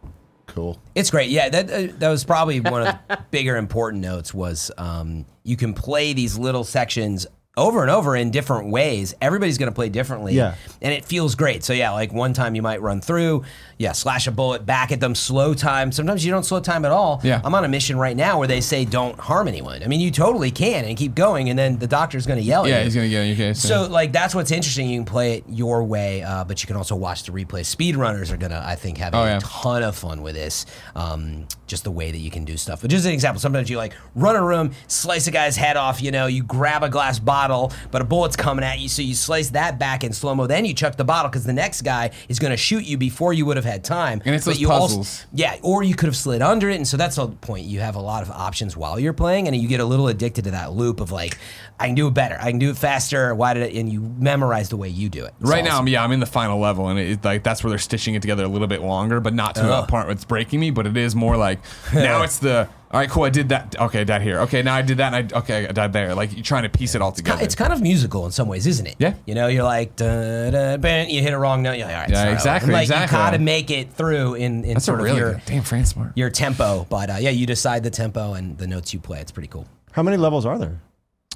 Cool. It's great. Yeah, that uh, that was probably one of the *laughs* bigger important notes was um, you can play these little sections over and over in different ways. Everybody's going to play differently. Yeah. And it feels great. So yeah, like one time you might run through, yeah, slash a bullet back at them, slow time. Sometimes you don't slow time at all. Yeah. I'm on a mission right now where they say don't harm anyone. I mean, you totally can and keep going and then the doctor's going to yell at you. Yeah, he's gonna get in your case. So like that's what's interesting. You can play it your way, uh, but you can also watch the replay. Speedrunners are gonna, I think, have Oh, a yeah. ton of fun with this. Um, just the way that you can do stuff. But just an example, sometimes you like run a room, slice a guy's head off. You know, you grab a glass bottle, but a bullet's coming at you, so you slice that back in slow mo. Then you chuck the bottle because the next guy is gonna shoot you before you would have had time. And it's But those you also- puzzles. yeah, or you could have slid under it, and so that's the point. You have a lot of options while you're playing, and you get a little addicted to that loop of like, I can do it better, I can do it faster. Why did it? And you memorize the way you do it. It's Right now, awesome. I'm- yeah, I'm in the final level, and it, it, like that's where they're stitching it together a little bit longer, but not to a part where it's breaking me. But it is more *laughs* like now it's the all right, cool. I did that. Okay, I died here. Okay, now I did that. And I okay, I died there. Like you're trying to piece it all together. It's kind of musical in some ways, isn't it? Yeah. You know, you're like, da, da, bam, you hit a wrong note. You're like, all right, Yeah, sorry. exactly, Like exactly. you gotta make it through in in that's a sort really of your good, damn France smart. your tempo. But uh, yeah, you decide the tempo and the notes you play. It's pretty cool. How many levels are there?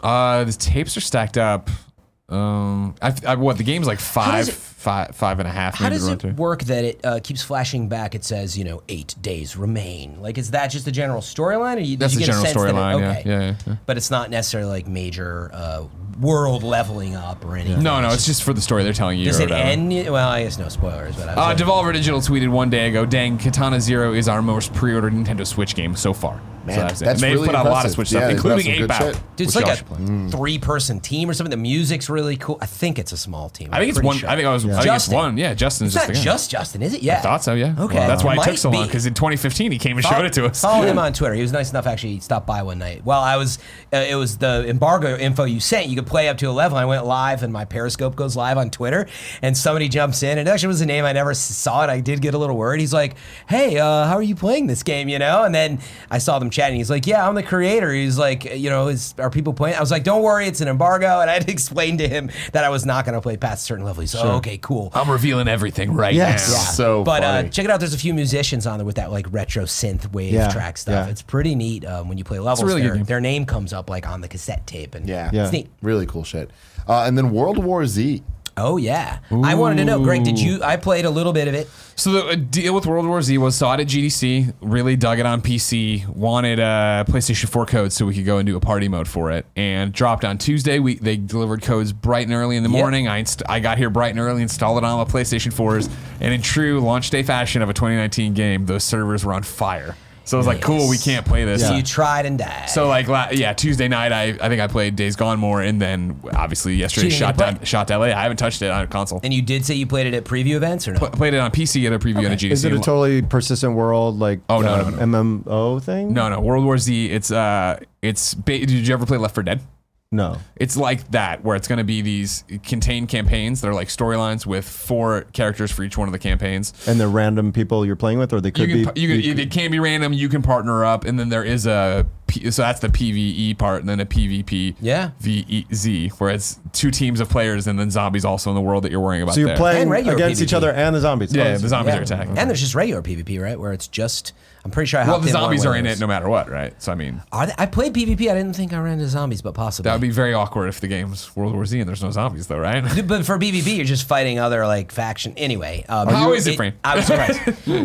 Uh, the tapes are stacked up. Um, I, I what the game's like five, does it- five, five and a half. How maybe does to run it through. work that it uh, keeps flashing back? It says, you know, eight days remain. Like, is that just the general storyline? Or you, did That's you the get a general sense that it- storyline. okay. Yeah, yeah, yeah, yeah. But it's not necessarily like major uh, world leveling up or anything. No, no, it's just for the story they're telling you. Does or it whatever. end? Well, I guess no spoilers, but I was Uh, like- Devolver Digital tweeted one day ago, "Dang, Katana Zero is our most pre-ordered Nintendo Switch game so far." Man, so it. that's And they've really put out a lot of impressive. Switch Yeah, stuff, they've got including some Ape good Out. shit. Dude, it's which like y'all a should play. Mm. three-person team or something. The music's really cool. I think it's a small team. I think it's one. I think I was. I think it's Justin. one. Yeah, Justin's it's just not the guy. just Justin, is it? Yeah. I thought so. Yeah. Okay. Well, that's why it Might took so long be. because in 2015 he came and showed it to us. Follow him on Twitter. He was nice enough to actually stop by one night. Well, I was. Uh, it was the embargo info you sent. You could play up to a level. I went live, and my Periscope goes live on Twitter, and somebody jumps in. It actually was a name I never s- saw, and I did get a little worried. He's like, "Hey, uh, how are you playing this game?" You know, and then I saw them chatting. He's like, "Yeah, I'm the creator." He's like, "You know, is are people playing?" I was like, "Don't worry, it's an embargo," *laughs* and I had explained to him that I was not going to play past a certain level. He's like, oh, "Okay, cool." I'm revealing everything right Yes. now. Yeah. So but funny. Uh, check it out. There's a few musicians on there with that like retro synth wave Yeah, track stuff. yeah. It's pretty neat um, when you play levels. really good their, game. their name comes up like on the cassette tape and yeah. Yeah. it's neat. Really cool shit. Uh, and then World War Z. Oh yeah, I wanted to know, Greg. Did you? I played a little bit of it. So the uh, deal with World War Z was saw it at GDC, really dug it on PC, wanted a PlayStation 4 code so we could go and do a party mode for it, and dropped on Tuesday. We they delivered codes bright and early in the Yep. morning. I inst- I got here bright and early, installed it on my PlayStation 4s, and in true launch day fashion of a 2019 game, those servers were on fire. So I was like, cool, we can't play this. You tried and died. So like la- yeah, Tuesday night I, I think I played Days Gone more, and then obviously yesterday So you shot didn't play down, shot to LA. I haven't touched it on a console. and you did say you played it at preview events or no? Pl- played it on PC at a preview on a GDC. Is it a launch. totally persistent world like Oh, no, um, MMO thing? No, no. World War Z. It's uh, it's. Ba- did you ever play Left 4 Dead? no. It's like that, where it's going to be these contained campaigns that are like storylines with four characters for each one of the campaigns. And the random people you're playing with, or they You could can, be. you can, it can be random. You can partner up, and then there is a P- so that's the PVE part, and then a PvP Yeah. VZ, E where it's two teams of players, and then zombies also in the world that you're worrying about. so you're there. playing And regular against each PvP. other and the zombies. Oh, yeah, that's- the zombies Yeah. are attacking. And there's just regular PvP, right? Where it's just. I'm pretty sure I. well, hopped the in one zombies where are in was- it no matter what, right? So I mean, Are they, I played PvP. I didn't think I ran into zombies, but possibly. that would be very awkward if the game's World War Z and there's no zombies, though, right? but for BBB, you're just fighting other like faction. Anyway, um, How is it, Frank? I *laughs* was surprised.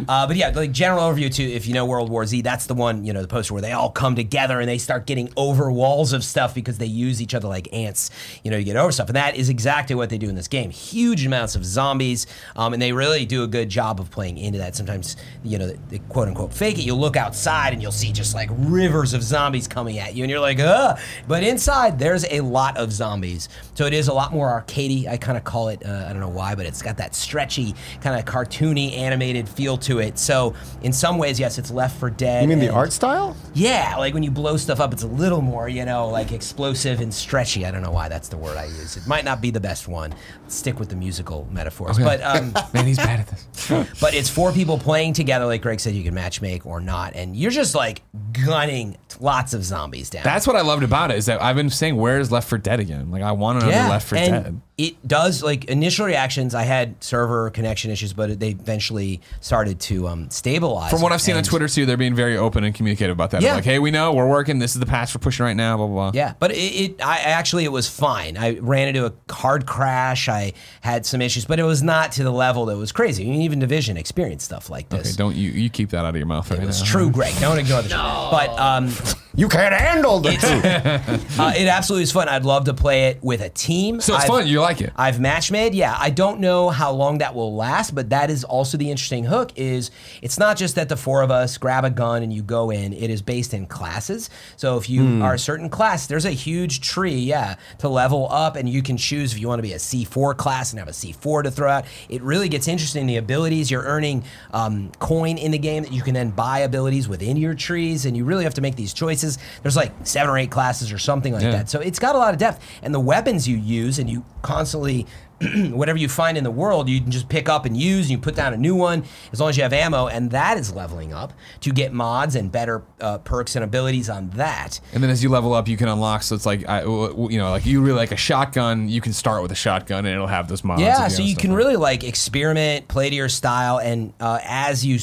uh, but yeah, like general overview too. If you know World War Z, that's the one you know the poster where they all come together and they start getting over walls of stuff because they use each other like ants. You know, you get over stuff, and that is exactly what they do in this game. Huge amounts of zombies, um, and they really do a good job of playing into that. Sometimes you know, they, they quote unquote fake it. You look outside and you'll see just like rivers of zombies coming at you, and you're like, ugh. But inside, there's a lot of zombies, so it is a lot more arcadey. I kind of call it. Uh, I don't know why, but it's got that stretchy kind of cartoony animated feel to it. So in some ways, yes, it's Left for Dead. You mean the and- art style? Yeah, like when you you blow stuff up, it's a little more, you know, like explosive and stretchy. I don't know why that's the word I use. It might not be the best one. Stick with the musical metaphors. But um, *laughs* Man, he's bad at this. but it's four people playing together, like Greg said, you can matchmake or not, and you're just like gunning lots of zombies down. That's what I loved about it is that I've been saying, "Where is Left for Dead again?" Like I want another Left for and Dead. It does like initial reactions. I had server connection issues, but they eventually started to um, stabilize. From what I've seen on and- Twitter too, they're being very open and communicative about that. They're Yeah. Like, hey, we know we're working. This is the patch we're pushing right now. Blah blah. blah. Yeah, but it, it I actually it was fine. I ran into a hard crash. I had some issues, but it was not to the level that was crazy. I mean, even Division experienced stuff like this. Okay, don't you you keep that out of your mouth right It's now. true, Greg. Don't ignore the But um, You can't handle the truth. *laughs* uh, it absolutely is fun. I'd love to play it with a team. So it's I've- fun. You like it? I've match made. Yeah, I don't know how long that will last, but that is also the interesting hook is it's not just that the four of us grab a gun and you go in. It is based in classes. So if you are a certain class, there's a huge tree, yeah, to level up and you can choose if you want to be a C4 class and have a C4 to throw out. It really gets interesting the abilities you're earning um, coin in the game that you can then buy abilities within your trees and you really have to make these choices. There's like seven or eight classes or something like Yeah. that. So so it's got a lot of depth. And the weapons you use and you constantly, *clears throat* whatever you find in the world, you can just pick up and use and you put down a new one as long as you have ammo. And that is leveling up to get mods and better uh, perks and abilities on that. And then as you level up, you can unlock. So it's like, I, w- w- you know, like you really like a shotgun. You can start with a shotgun, and it'll have this mod. Yeah, so you can really like experiment, play to your style, and uh, as you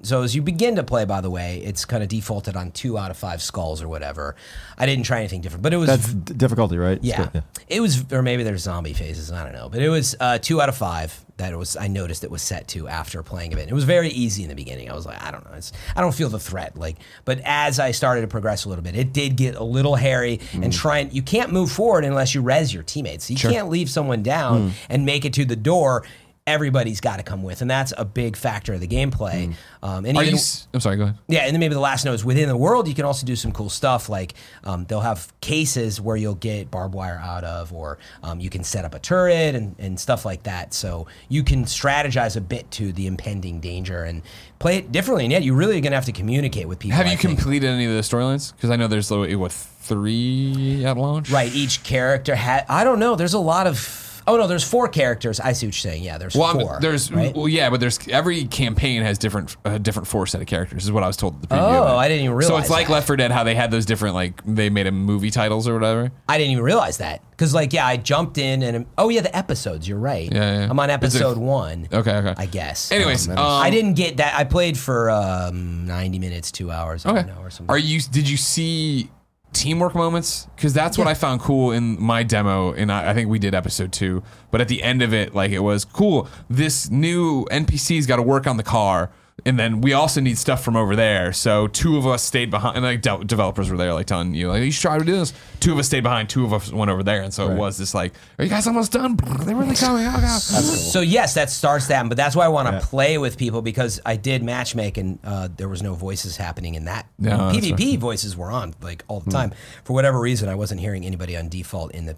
so as you begin to play. By the way, it's kind of defaulted on two out of five skulls or whatever. I didn't try anything different, but it was That's d- difficulty, right? Yeah. It was, or maybe there's zombie phases. I don't know, but it was uh, two out of five that it was. I noticed it was set to after playing a bit. It was very easy in the beginning. I was like, I don't know, it's, I don't feel the threat. Like, but as I started to progress a little bit, it did get a little hairy. Mm. And trying, you can't move forward unless you res your teammates. You can't leave someone Mm. down and make it to the door. Everybody's got to come with, and that's a big factor of the gameplay. Um, and Mm. Are even, you? s- I'm sorry. Go ahead. yeah, and then maybe the last note is within the world, you can also do some cool stuff. Like um, they'll have cases where you'll get barbed wire out of, or um, you can set up a turret and, and stuff like that. So you can strategize a bit to the impending danger and play it differently. And yet, you really are going to have to communicate with people. Have I you think. completed any of the storylines? Because I know there's like, what three at launch. Right, each character had. I don't know. There's a lot of. Oh no, there's four characters. I see what you're saying. Yeah, there's Well, I'm- four. there's right? well, yeah, but there's every campaign has different a different four set of characters. Is what I was told at the preview. Oh, event. I didn't even So realize it's like that. Left 4 Dead, how they had those different like they made a movie titles or whatever. I didn't even realize that because, like, yeah, I jumped in and oh yeah, the episodes. You're right. Yeah, yeah. I'm on Is it- episode one. Okay, okay. I guess. Anyways, um, I didn't get that. I played for um, 90 minutes, two hours, I Okay. don't know, or something. Are you? Did you see teamwork moments? Because that's what I found cool in my demo, and I, I think we did episode two. But at the end of it, like it was cool. This new NPC's got to work on the car. And then we also need stuff from over there. So two of us stayed behind. And like de- developers were there, like telling you, like you should try to do this. Two of us stayed behind. Two of us went over there, and so it was this like, are you guys almost done? *laughs* They're really coming. Oh god. so yes, that starts that, but that's why I want to play with people because I did matchmake and uh, there was no voices happening in that. No, that's Hmm. PvP voices were on like all the time. For whatever reason, I wasn't hearing anybody on default in the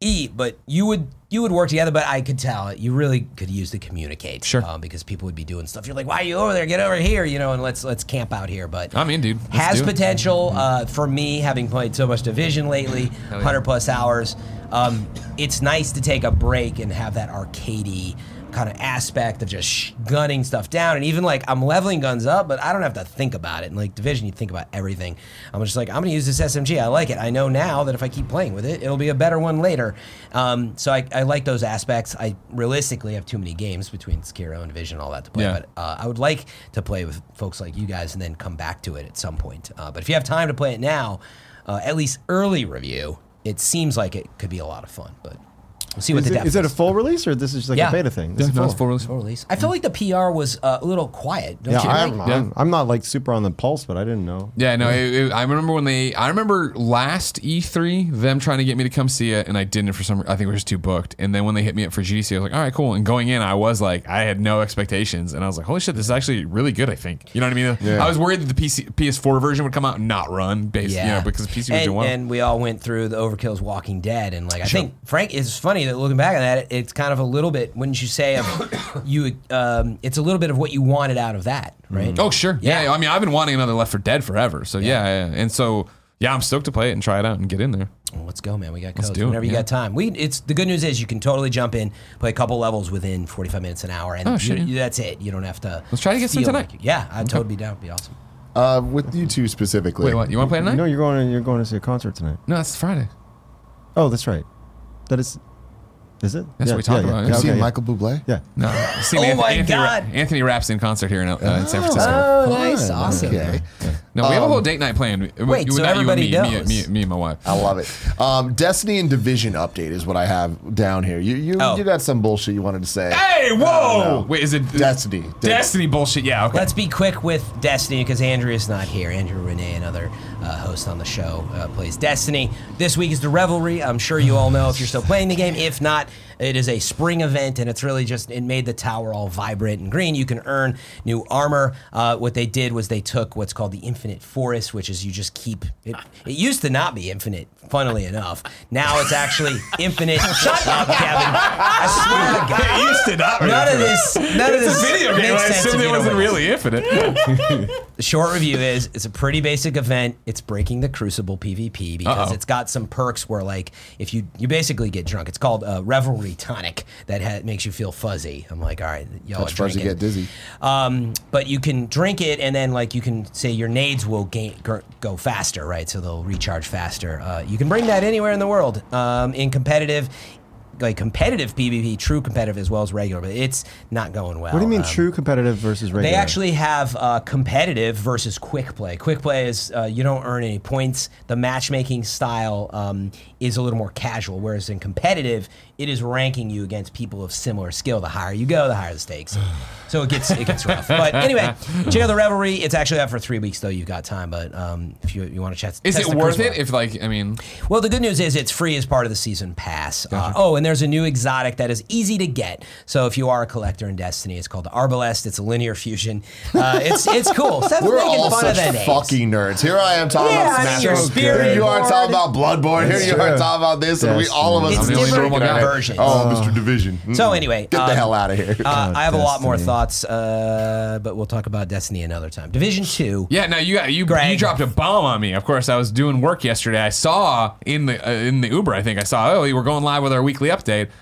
PvE. But you would you would work together, but I could tell you really could use the communicate, Sure. um, because people would be doing stuff. You're like, why are you over there? Get over here, you know, and let's let's camp out here. But I'm in, dude. Let's has do it. potential uh, for me, having played so much Division lately, 100 plus hours. Um, it's nice to take a break and have that arcadey kind of aspect of just sh- gunning stuff down. And even like I'm leveling guns up, but I don't have to think about it. And like Division, you think about everything. I'm just like, I'm going to use this SMG. I like it. I know now that if I keep playing with it, it'll be a better one later. Um, so I, I like those aspects. I realistically have too many games between Sekiro and Division and all that to play. Yeah. But uh, I would like to play with folks like you guys and then come back to it at some point. Uh, but if you have time to play it now, uh, at least early review, it seems like it could be a lot of fun. But we'll see what Is it, the depth is it a is. full release or this is just like Yeah. a beta thing? This is No, full. it's full release. Full release. I feel like the PR was uh, a little quiet. Don't Mm. Yeah, you I'm, think? I'm, I'm not like super on the pulse, but I didn't know. Yeah, no, it, it- I remember when they. I remember last E3 them trying to get me to come see it, and I didn't for some. I think we were just too booked. And then when they hit me up for GDC, I was like, all right, cool. And going in, I was like, I had no expectations, and I was like, holy shit, this is actually really good. I think you know what I mean. I was worried that the PC, PS4 version would come out and not run, based, you know, because PC was and, doing well. and we all went through the Overkill's Walking Dead, and like I think Frank, it's funny that looking back on that, it's kind of a little bit, wouldn't you *coughs* say, of you? Um, it's a little bit of what you wanted out of that, right? Mm. Oh, sure. Yeah. Yeah. I mean, I've been wanting another Left for Dead forever. So yeah. yeah, And so yeah, I'm stoked to play it and try it out and get in there. Well, let's go, man. We got codes. do it, Whenever you yeah. got time, we it's the good news is you can totally jump in, play a couple levels within forty five minutes an hour, and Oh, you- shit, yeah. you- that's it. You don't have to. Let's try to get some feel tonight. like you- yeah, I'd totally be down. It'd be awesome. Uh, with you two specifically. Wait, what? You want to play tonight? No, you're going. You're going to see a concert tonight. No, that's Friday. Oh, that's right. That is. Is it? That's what we talked about. You Yeah, seen yeah. Michael Bublé? Yeah. *laughs* No. I've seen Oh my Ra- God. Anthony Raps in concert here in, uh, in San Francisco. Oh, nice, Fine, awesome. Okay. no, we have a whole date night planned. It- Um, Wait, it- so not you and everybody me, me, knows. Oh. Me, me and my wife. I love it. Um, Destiny and Division update is what I have down here. You you, Oh. you got some bullshit you wanted to say. Hey, whoa! Wait, is it Destiny. Destiny bullshit. Yeah. Okay. Let's be quick with Destiny because Andrea's not here. Andrew Renee, another uh, host on the show, uh, plays Destiny. This week is the Revelry. I'm sure you all know if you're still playing the game. If not, it is a spring event and it's really just, it made the tower all vibrant and green. You can earn new armor. Uh, what they did was they took what's called the Infinite Forest, which is you just keep, it, it used to not be infinite, funnily enough. Now it's actually infinite. *laughs* Shut up, Kevin. *laughs* I swear to God. It used to not. be None of infinite. this, none of It's this a video game. makes I sense assumed it if you don't wasn't know. really *laughs* infinite. The short review is it's a pretty basic event. It's breaking the Crucible PvP because Uh-oh. it's got some perks where like if you you basically get drunk. It's called uh, Revelry Tonic that ha- makes you feel fuzzy. I'm like, all right, y'all are That's supposed to drinking. get dizzy. Um, but you can drink it, and then like you can say your nades will gain, gr- go faster, right? So they'll recharge faster. Uh, you can bring that anywhere in the world um, in competitive. Like competitive PvP, true competitive as well as regular, but it's not going well. What do you mean, Oh, Um, true competitive versus regular? they actually have uh, competitive versus quick play. Quick play is uh, you don't earn any points. The matchmaking style um, is a little more casual, whereas in competitive, it is ranking you against people of similar skill. The higher you go, the higher *sighs* the stakes. So it gets it gets rough. But anyway, check out the revelry. It's actually out for three weeks though. You've got time, but um, if you, you want to chat, Is test it the worth Crucible it? If like, I mean, well, the good news is it's free as part of the season pass. Uh, oh, and there's a new exotic that is easy to get. So if you are a collector in Destiny, it's called the Arbalest. It's a linear fusion. Uh, it's it's cool. Stop We're making all fun such of that name. fucking nerds. Here I am talking Yeah, about I mean, Smash your Bros. spirit Here you are board. talking about Bloodborne. Here That's you are true. talking about this, and we That's all of us true. It's are really different looking at it. versions. Oh, Mr. Division. Mm. So anyway, get the um, hell out of here. Uh, I have a lot more Destiny. thoughts, uh, but we'll talk about Destiny another time. Division Two. yeah. No, you got you. You Greg. dropped a bomb on me. Of course, I was doing work yesterday. I saw in the uh, in the Uber. I think I saw. Oh, you were going live with our weekly update.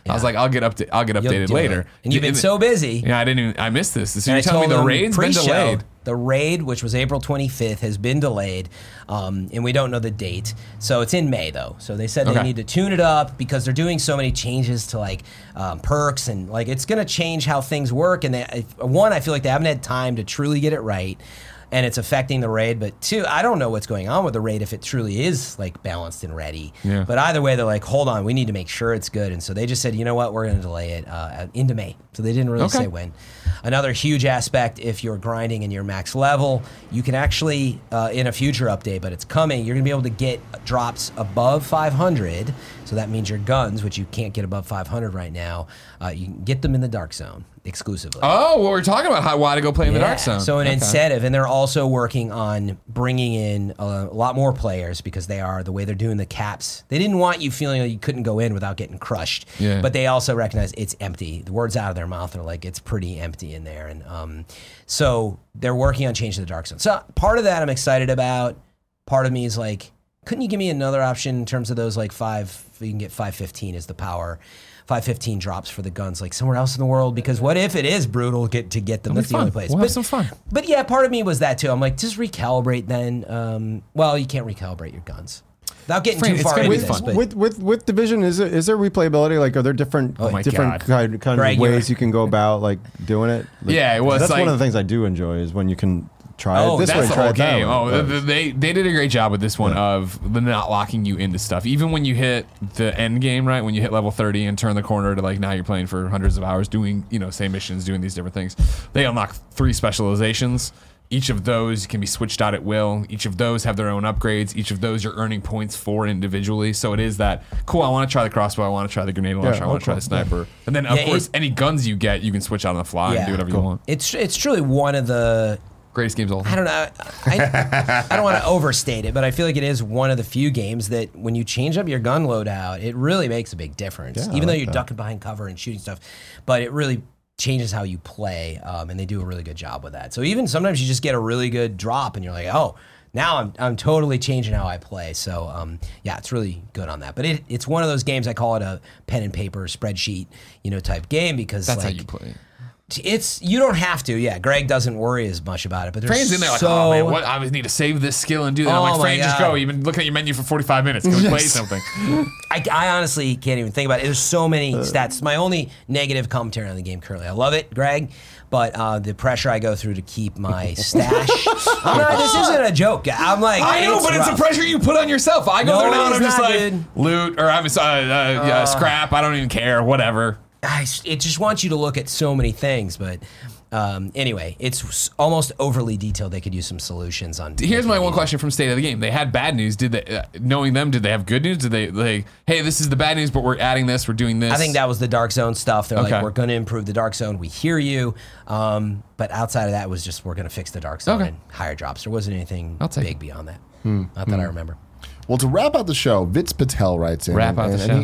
I was like, I'll get upda- I'll get you'll updated do later. it. and you've been Th- so busy. Yeah, I didn't. Even, I missed this. So And you're I telling me told the them raid's been pre-show, delayed. The raid, which was April 25th, has been delayed, um, and we don't know the date. So it's in May though. So they said Okay. they need to tune it up because they're doing so many changes to like um, perks and like it's going to change how things work. And they, I- one, I feel like they haven't had time to truly get it right. And it's affecting the raid, but two, I don't know what's going on with the raid if it truly is like balanced and ready. Yeah. But either way, they're like, hold on, we need to make sure it's good. And so they just said, you know what, we're going to delay it uh, into May. So they didn't really Okay. say when win. Another huge aspect, if you're grinding and you're max level, you can actually, uh, in a future update, but it's coming, you're going to be able to get drops above 500. So that means your guns, which you can't get above 500 right now, uh, you can get them in the dark zone exclusively. Oh, well, we're talking about how why to go play in the Yeah. dark zone. So an Okay. incentive, and they're also working on bringing in a, lot more players because they are the way they're doing the caps. They didn't want you feeling like you couldn't go in without getting crushed. Yeah. But they also recognize it's empty. The words out of their mouth are like it's pretty empty in there, and um, so they're working on changing the dark zone. So part of that I'm excited about. Part of me is like, couldn't you give me another option in terms of those like five? You can get five fifteen is the power. 515 drops for the guns like somewhere else in the world because what if it is brutal get to get It'll them be that's the only fun. place We'll but, have some fun. but yeah, part of me was that too. I'm like, just recalibrate then. Um, well, you can't recalibrate your guns without getting Frank, too it's far gonna into be this. fun. But with with with division is there, is there replayability like are there different Oh my different God. kind, kind Greg, of you're- ways you can go about like doing it Like, Yeah, well, it's that's like- one of the things i do enjoy is when you can try Oh, it this That's way the try whole it that game. way. Oh, th- But- th- they they did a great job with this one of the not locking you into stuff. Even when you hit the end game, right when you hit level thirty and turn the corner to like now you're playing for hundreds of hours doing you know same missions, doing these different things. They unlock three specializations. Each of those can be switched out at will. Each of those have their own upgrades. Each of those you're earning points for individually. So it is that cool. I want to try the crossbow. I want to try the grenade launcher. I oh, want to try the cool. sniper. And then of Yeah, course it- any guns you get, you can switch out on the fly Yeah. and do whatever Cool. you want. it's it's truly one of the Greatest games of all I time. don't know. I, *laughs* I don't want to overstate it, but I feel like it is one of the few games that when you change up your gun loadout, it really makes a big difference. Yeah, I Even though like you're that. ducking behind cover and shooting stuff, but it really changes how you play, um, and they do a really good job with that. So even sometimes you just get a really good drop, and you're like, oh. Now I'm, I'm totally changing how I play. So, um, yeah, it's really good on that. But it, it's one of those games I call it a pen and paper spreadsheet, you know, type game because That's like, how you play. it. it's you don't have to. Yeah, Greg doesn't worry as much about it, but there's Fran's in there like, so oh man, what? I need to save this skill and do that. I'm Oh like, my Fran, just God. go. You've been looking at your menu for 45 minutes. Go play something. I, I honestly can't even think about it. There's so many stats. My only negative commentary on the game currently. I love it, Greg, but uh, the pressure I go through to keep my stash. I'm not, this isn't a joke. I'm like, I know, but it's rough. the pressure you put on yourself. I go No, there now and it's I'm just not, like dude. loot or I'm uh, uh, yeah, scrap. I don't even care. Whatever. I s- it just wants you to look at so many things, but. Um, anyway, it's s- almost overly detailed. They could use some solutions on. Here's my making one it- question from State of the Game. They had bad news. Did they, uh, knowing them, did they have good news? Did they like, hey, this is the bad news, but we're adding this, we're doing this. I think that was the dark zone stuff. They're Okay. like, we're going to improve the dark zone. We hear you. Um, but outside of that was just we're going to fix the dark zone Okay. and higher drops. There wasn't anything I'll take big it. beyond that. Hmm. Not that I remember. Well, to wrap out the show, Vitz Patel writes in. Wrap out the he- show.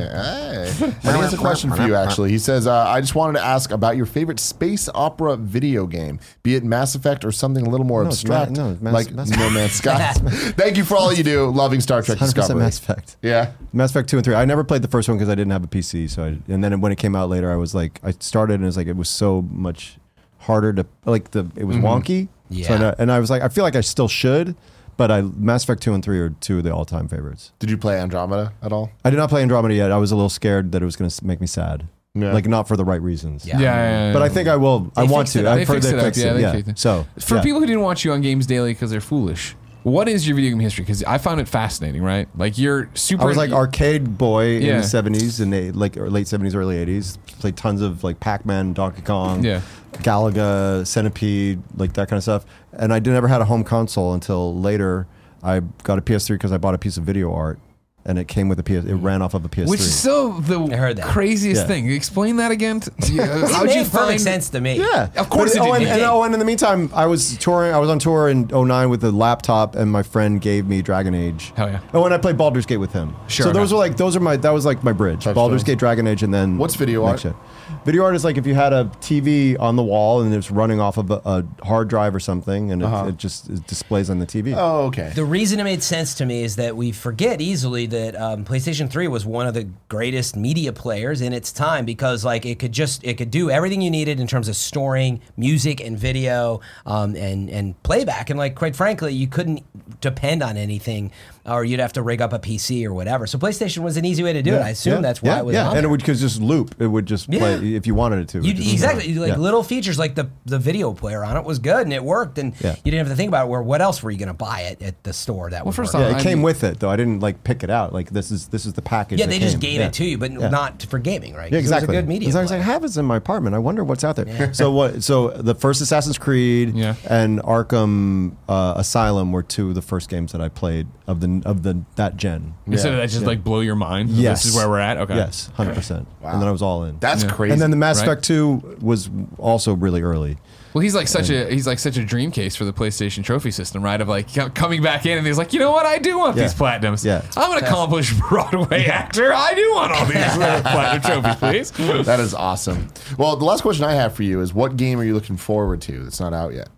yeah, hey. And he has a question for you, actually. He says, uh, I just wanted to ask about your favorite space opera video game, be it Mass Effect or something a little more No, it's Ma- abstract, no, it's Mass- like Mass- No Man's Sky. *laughs* Thank you for all you do, loving Star Trek 100% Discovery. Mass Effect. Yeah. Mass Effect two and three. I never played the first one because I didn't have a PC. So I, and then when it came out later, I was like, I started and it was like it was so much harder to like the it Mm-hmm. was wonky. So I Yeah. know- and I was like, I feel like I still should, but I Mass Effect two and three are two of the all time favorites. Did you play Andromeda at all? I did not play Andromeda yet. I was a little scared that it was going to make me sad. Yeah. Like not for the right reasons. Yeah. Yeah, yeah, yeah. But I think I will. I They want fixed to. it up. I've They heard fixed they it up. fixed Yeah, it. they Yeah. fixed it. So For yeah. people who didn't watch you on Games Daily because they're foolish, what is your video game history? Because I found it fascinating, right? Like you're super. I was like arcade boy in Yeah. the seventies and they like or late seventies, early eighties. Played tons of like Pac Man, Donkey Kong, Yeah. Galaga, Centipede, like that kind of stuff. And I did- never had a home console until later. I got a PS3 because I bought a piece of video art, and it came with a PS. It ran off of a PS3. Mm. which is still the I heard that. craziest Yeah. thing. Explain that *laughs* again. To, yeah, It how'd made you perfect find sense to me. Yeah, Of course But- it did. oh, and, It and, did. oh, and in the meantime, I was touring. I was on tour in 09 with a laptop, and my friend gave me Dragon Age. Hell yeah. Oh, and I played Baldur's Gate with him. Sure So those enough. were like those are my that was like my bridge. Baldur's Gate, Dragon Age, and then What's video next art? shit. Video art is like if you had a TV on the wall and it's running off of a, a hard drive or something, and Uh-huh. it, it just it displays on the TV. Oh, okay. The reason it made sense to me is that we forget easily that um, PlayStation 3 was one of the greatest media players in its time because like it could just it could do everything you needed in terms of storing music and video um, and and playback and like quite frankly you couldn't depend on anything or you'd have to rig up a PC or whatever. So PlayStation was an easy way to do it. I assume that's why yeah, it was yeah. on and it there. would cause just loop. It would just play Yeah. if you wanted it to. You, It just- exactly. Like Yeah. little features like the, the video player on it was good and it worked and Yeah. you didn't have to think about it. Where what else were you going to buy it at the store that well, first work? off, Yeah, it I came mean- with it though. I didn't like pick it out. Like this is this is the package. Yeah, that they just came. gave Yeah. it to you, but Yeah. not for gaming, right? Yeah, 'Cause exactly. It was a good medium. 'Cause I was player. like, I have this in my apartment. I wonder what's out there. so what? So the first Assassin's Creed Yeah. and Arkham uh, Asylum were two of the first games that I played of the of the that gen. Instead of that, just like blow your mind. Yes. This is where we're at. Okay. Yes, hundred percent. And then I was all in. That's crazy. and then the Mass right? Effect Two was also really early. Well, he's like such a he's like such a dream case for the PlayStation Trophy system, right? Of like co- coming back in, and he's like, you know what? I do want Yeah. these platinums. Yeah. I'm an accomplished *laughs* Broadway actor. I do want all *laughs* these *laughs* uh, platinum trophies, please. that is awesome. Well, the last question I have for you is what game are you looking forward to that's not out yet?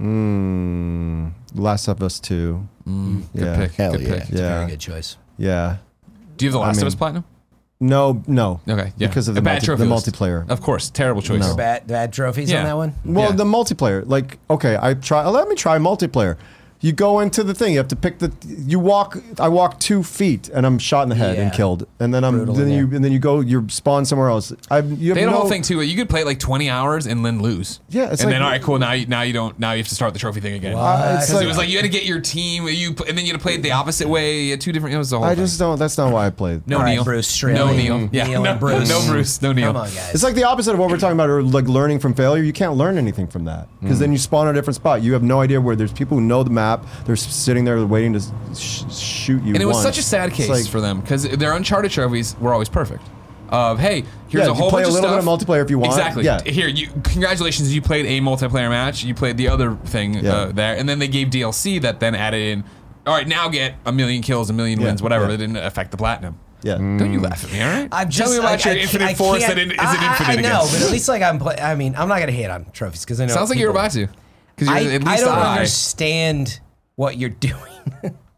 Mm, Last of Us Two. yeah. Mm, Good pick. Hell good yeah. pick. Yeah, Very good choice. yeah. Do you have the Last mean- of Us platinum? No, no. Okay, yeah. Because A of the, bad multi- trophy the list. multiplayer. Of course, terrible choice. No. Bad, bad trophies Yeah. on that one. Well, Yeah. the multiplayer. Like, okay, I try. Let me try multiplayer. You go into the thing. You have to pick the. You walk. I walk two feet, and I'm shot in the head and Yeah. killed. And then I'm. Brutal in then you. there. And then you go. You spawn somewhere else. I've. You have They had no, a whole thing too. You could play like 20 hours and then lose. Yeah, and it's like- then all right, cool. Now you now you don't now you have to start the trophy thing again. Uh, it's 'Cause like, it was like you had to get your team. You pl- and then you had to play it the opposite way. You had two different. It was the whole. I thing. just don't. That's not why I played. no All right, Neil. Bruce, straight no away. Neil. Yeah, *laughs* Neil no, and Bruce. No Bruce. No Neil. Come on, guys. It's like the opposite of what we're talking about, or like learning from failure. You can't learn anything from that because Mm. then you spawn at a different spot. You have no idea where there's people who know the map. They're s- sitting there waiting to sh- shoot you. And it was once. such a sad It's case like- for them because their Uncharted trophies were always perfect. of hey, here's Yeah, a you whole play bunch a of little bit stuff. of multiplayer if you want. Exactly. Yeah. Here, you congratulations, you played a multiplayer match. You played the other thing Yeah. uh, there, and then they gave DLC that then added in. All right, now get a million kills, a million Yeah, wins, whatever. yeah. Mm. It didn't affect the platinum. Mm. Yeah. Don't you laugh at me, all right? I'm just, Tell me about I, your I, infinite I force can't- that in, is I, an infinite I, I know, again. but at least like I'm. Play, I mean, I'm not gonna hate on trophies because I *laughs* know. Sounds like you're people- about to. Because you're I, at least I don't high. understand what you're doing.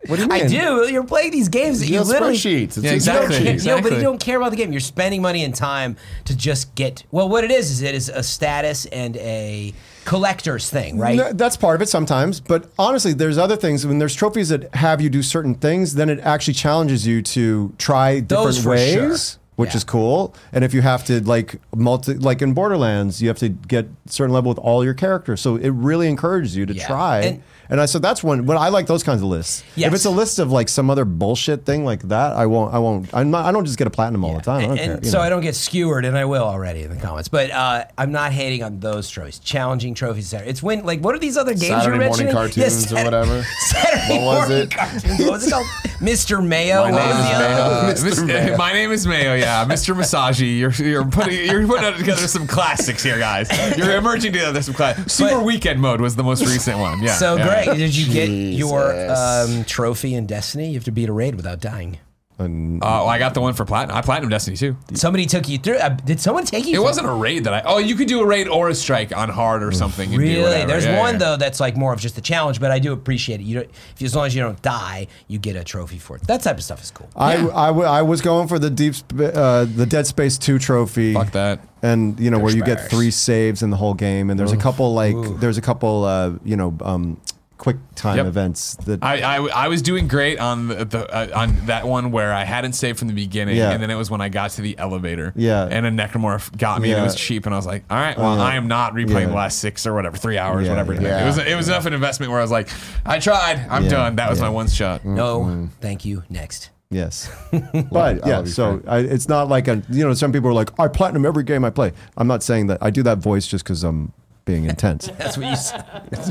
What do you mean? *laughs* I do. You're playing these games that You you have literally. spreadsheets. It's Yeah, a exactly. spreadsheet. No, but Exactly. you don't care about the game. You're spending money and time to just get. Well, what it is is it is a status and a collector's thing, right? No, that's part of it sometimes, but honestly, there's other things. When there's trophies that have you do certain things, then it actually challenges you to try Those different for ways, sure. which Yeah. is cool. And if you have to like multi, like in Borderlands, you have to get certain level with all your characters, so it really encourages you to Yeah. try. And- And, I so that's when when I like those kinds of lists. Yes. If it's a list of like some other bullshit thing like that, I won't. I won't. I'm not. I don't just get a platinum all the time. I don't and care. you so know. I don't get skewered, and I will already in the comments. But uh, I'm not hating on those trophies, challenging trophies. There, it's when like what are these other games Saturday you're morning mentioning? cartoons Yes, or whatever. *laughs* Saturday What was morning it? cartoons. What was *laughs* it called? Mr. Mayo. My what name is was the other- Mayo. *laughs* Uh, Mr. Mis- Mayo. My name is Mayo. Yeah, Mr. Masagi. You're you're putting you're putting together some classics here, guys. You're emerging together some classics. Super But- Weekend Mode was the most recent one. Yeah. So yeah. Greg, did you get your Jesus. um, trophy in Destiny? You have to beat a raid without dying. Uh, well, I got the one for platinum. I platinum Destiny too. Somebody took you through. Uh, did someone take you? It through? wasn't a raid that I. Oh, you could do a raid or a strike on hard or something. and do Really? whatever. There's Yeah, one yeah. though that's like more of just a challenge, but I do appreciate it. You don't, if as long as you don't die, you get a trophy for it. That type of stuff is cool. I, I, w- I was going for the deep sp- uh, the Dead Space two trophy. Fuck that. And you know where you get Douchebags. three saves in the whole game, and there's a couple like there's a couple uh, you know um, quick time Yep. events that I, I, I was doing great on the, the uh, on that one where I hadn't saved from the beginning, Yeah. and then it was when I got to the elevator. Yeah. And a necromorph got me, and it Yeah. was cheap, and I was like, all right, well, yeah. I am not replaying Yeah. the last six or whatever, three hours, Yeah, whatever. yeah. It, Yeah. was it was enough an investment where I was like, I tried, I'm Yeah, done. That was yeah. Mm-hmm. my one shot. No, thank you. Next. *laughs* *laughs* yes, Love you. but I yeah. love you, So Frank. I, it's not like a you know some people are like I platinum every game I play. I'm not saying that. I do that voice just because I'm being *laughs* intense. That's what *laughs* you said.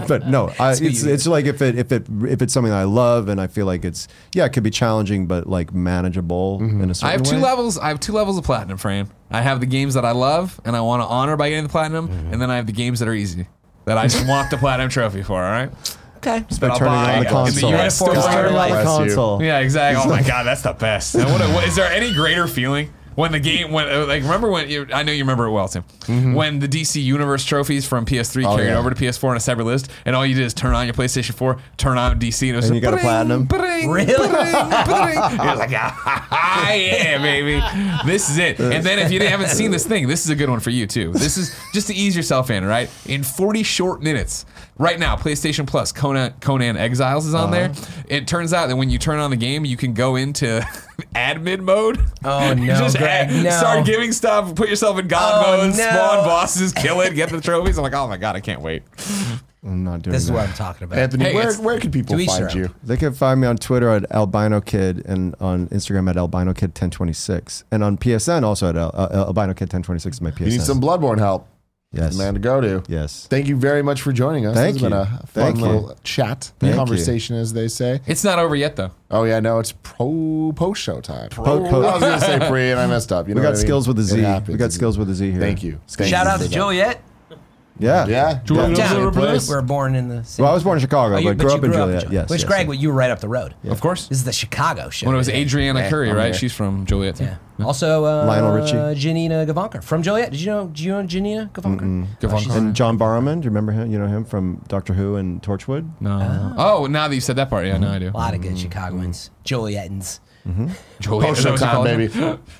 but no, I, what it's you- it's like if it if it if it's something that I love and I feel like it's yeah it could be challenging but like manageable in a certain Mm-hmm. I have two way. levels. I have two levels of platinum, Fran. I have the games that I love and I want to honor by getting the platinum, Mm-hmm. and then I have the games that are easy that I just *laughs* want the platinum trophy for. All right. Okay. By I'll turning buy on it the in the console. US store. Just turn it on the Bless you. console. Yeah, exactly. Oh my god, that's the best. And what, what, is there any greater feeling when the game when uh, like remember when you, I know you remember it well, Tim. Mm-hmm. When the DC Universe trophies from PS3 Oh, carried yeah. over to PS4 on a separate list, and all you did is turn on your PlayStation 4, turn on DC, and it was like, And you got a "Bring, platinum?" bring, *laughs* Really? bring, bring." It was like, *laughs* ah, yeah, baby, this is it. And then if you haven't seen this thing, this is a good one for you too. This is just to ease yourself in, right? In 40 short minutes, right now, PlayStation Plus, Conan, Conan Exiles is on Uh-huh. there. It turns out that when you turn on the game, you can go into *laughs* admin mode. *laughs* Oh, no, just Greg, add- no. start giving stuff, put yourself in god Oh, mode, no. spawn bosses, kill it, get the trophies. I'm like, oh my god, I can't wait. I'm not doing This is that. what I'm talking about. Anthony, Hey, where, it's- where can people to each find their you? They can find me on Twitter at albino kid and on Instagram at albino kid 1026 and on PSN also at al- uh, albino kid 1026 is my PSN. You need some Bloodborne help, yes. man, to go to. Yes. Thank you very much for joining us. Thank this has been you. a fun Thank you. little chat, Thank you. conversation, as they say. It's not over yet though. Oh yeah, no, it's pro post show time. Po- po- I was gonna say pre, and I messed up. You we know got what I mean? skills with a It Z. We happens. got skills with a Z here. Thank you. Thank Shout you out for to that. Juliet. Yeah. Yeah, Juliet. Yeah. Same Down. place. We're born in the same. Well, I was born in Chicago, Oh, you- but, grew you up in Juliet. yes. Which yes, Greg, yes. well, you were right up the road. Of course. This is the Chicago show. When it was right? Adriana Curry, I'm right? here. She's from Joliet. Too. Yeah. Also, uh, Lionel Richie. Janina Gavankar from Joliet. Did you know? Do you know Janina Gavankar? Gavankar. she's- and John Barrowman, do you remember him? You know him from Doctor Who and Torchwood? No. Oh, now that you said that part, yeah, no, I do. Mm-hmm. A lot of good Chicagoans, Jolietans. Joliet. Post is that show what you time, call it? baby.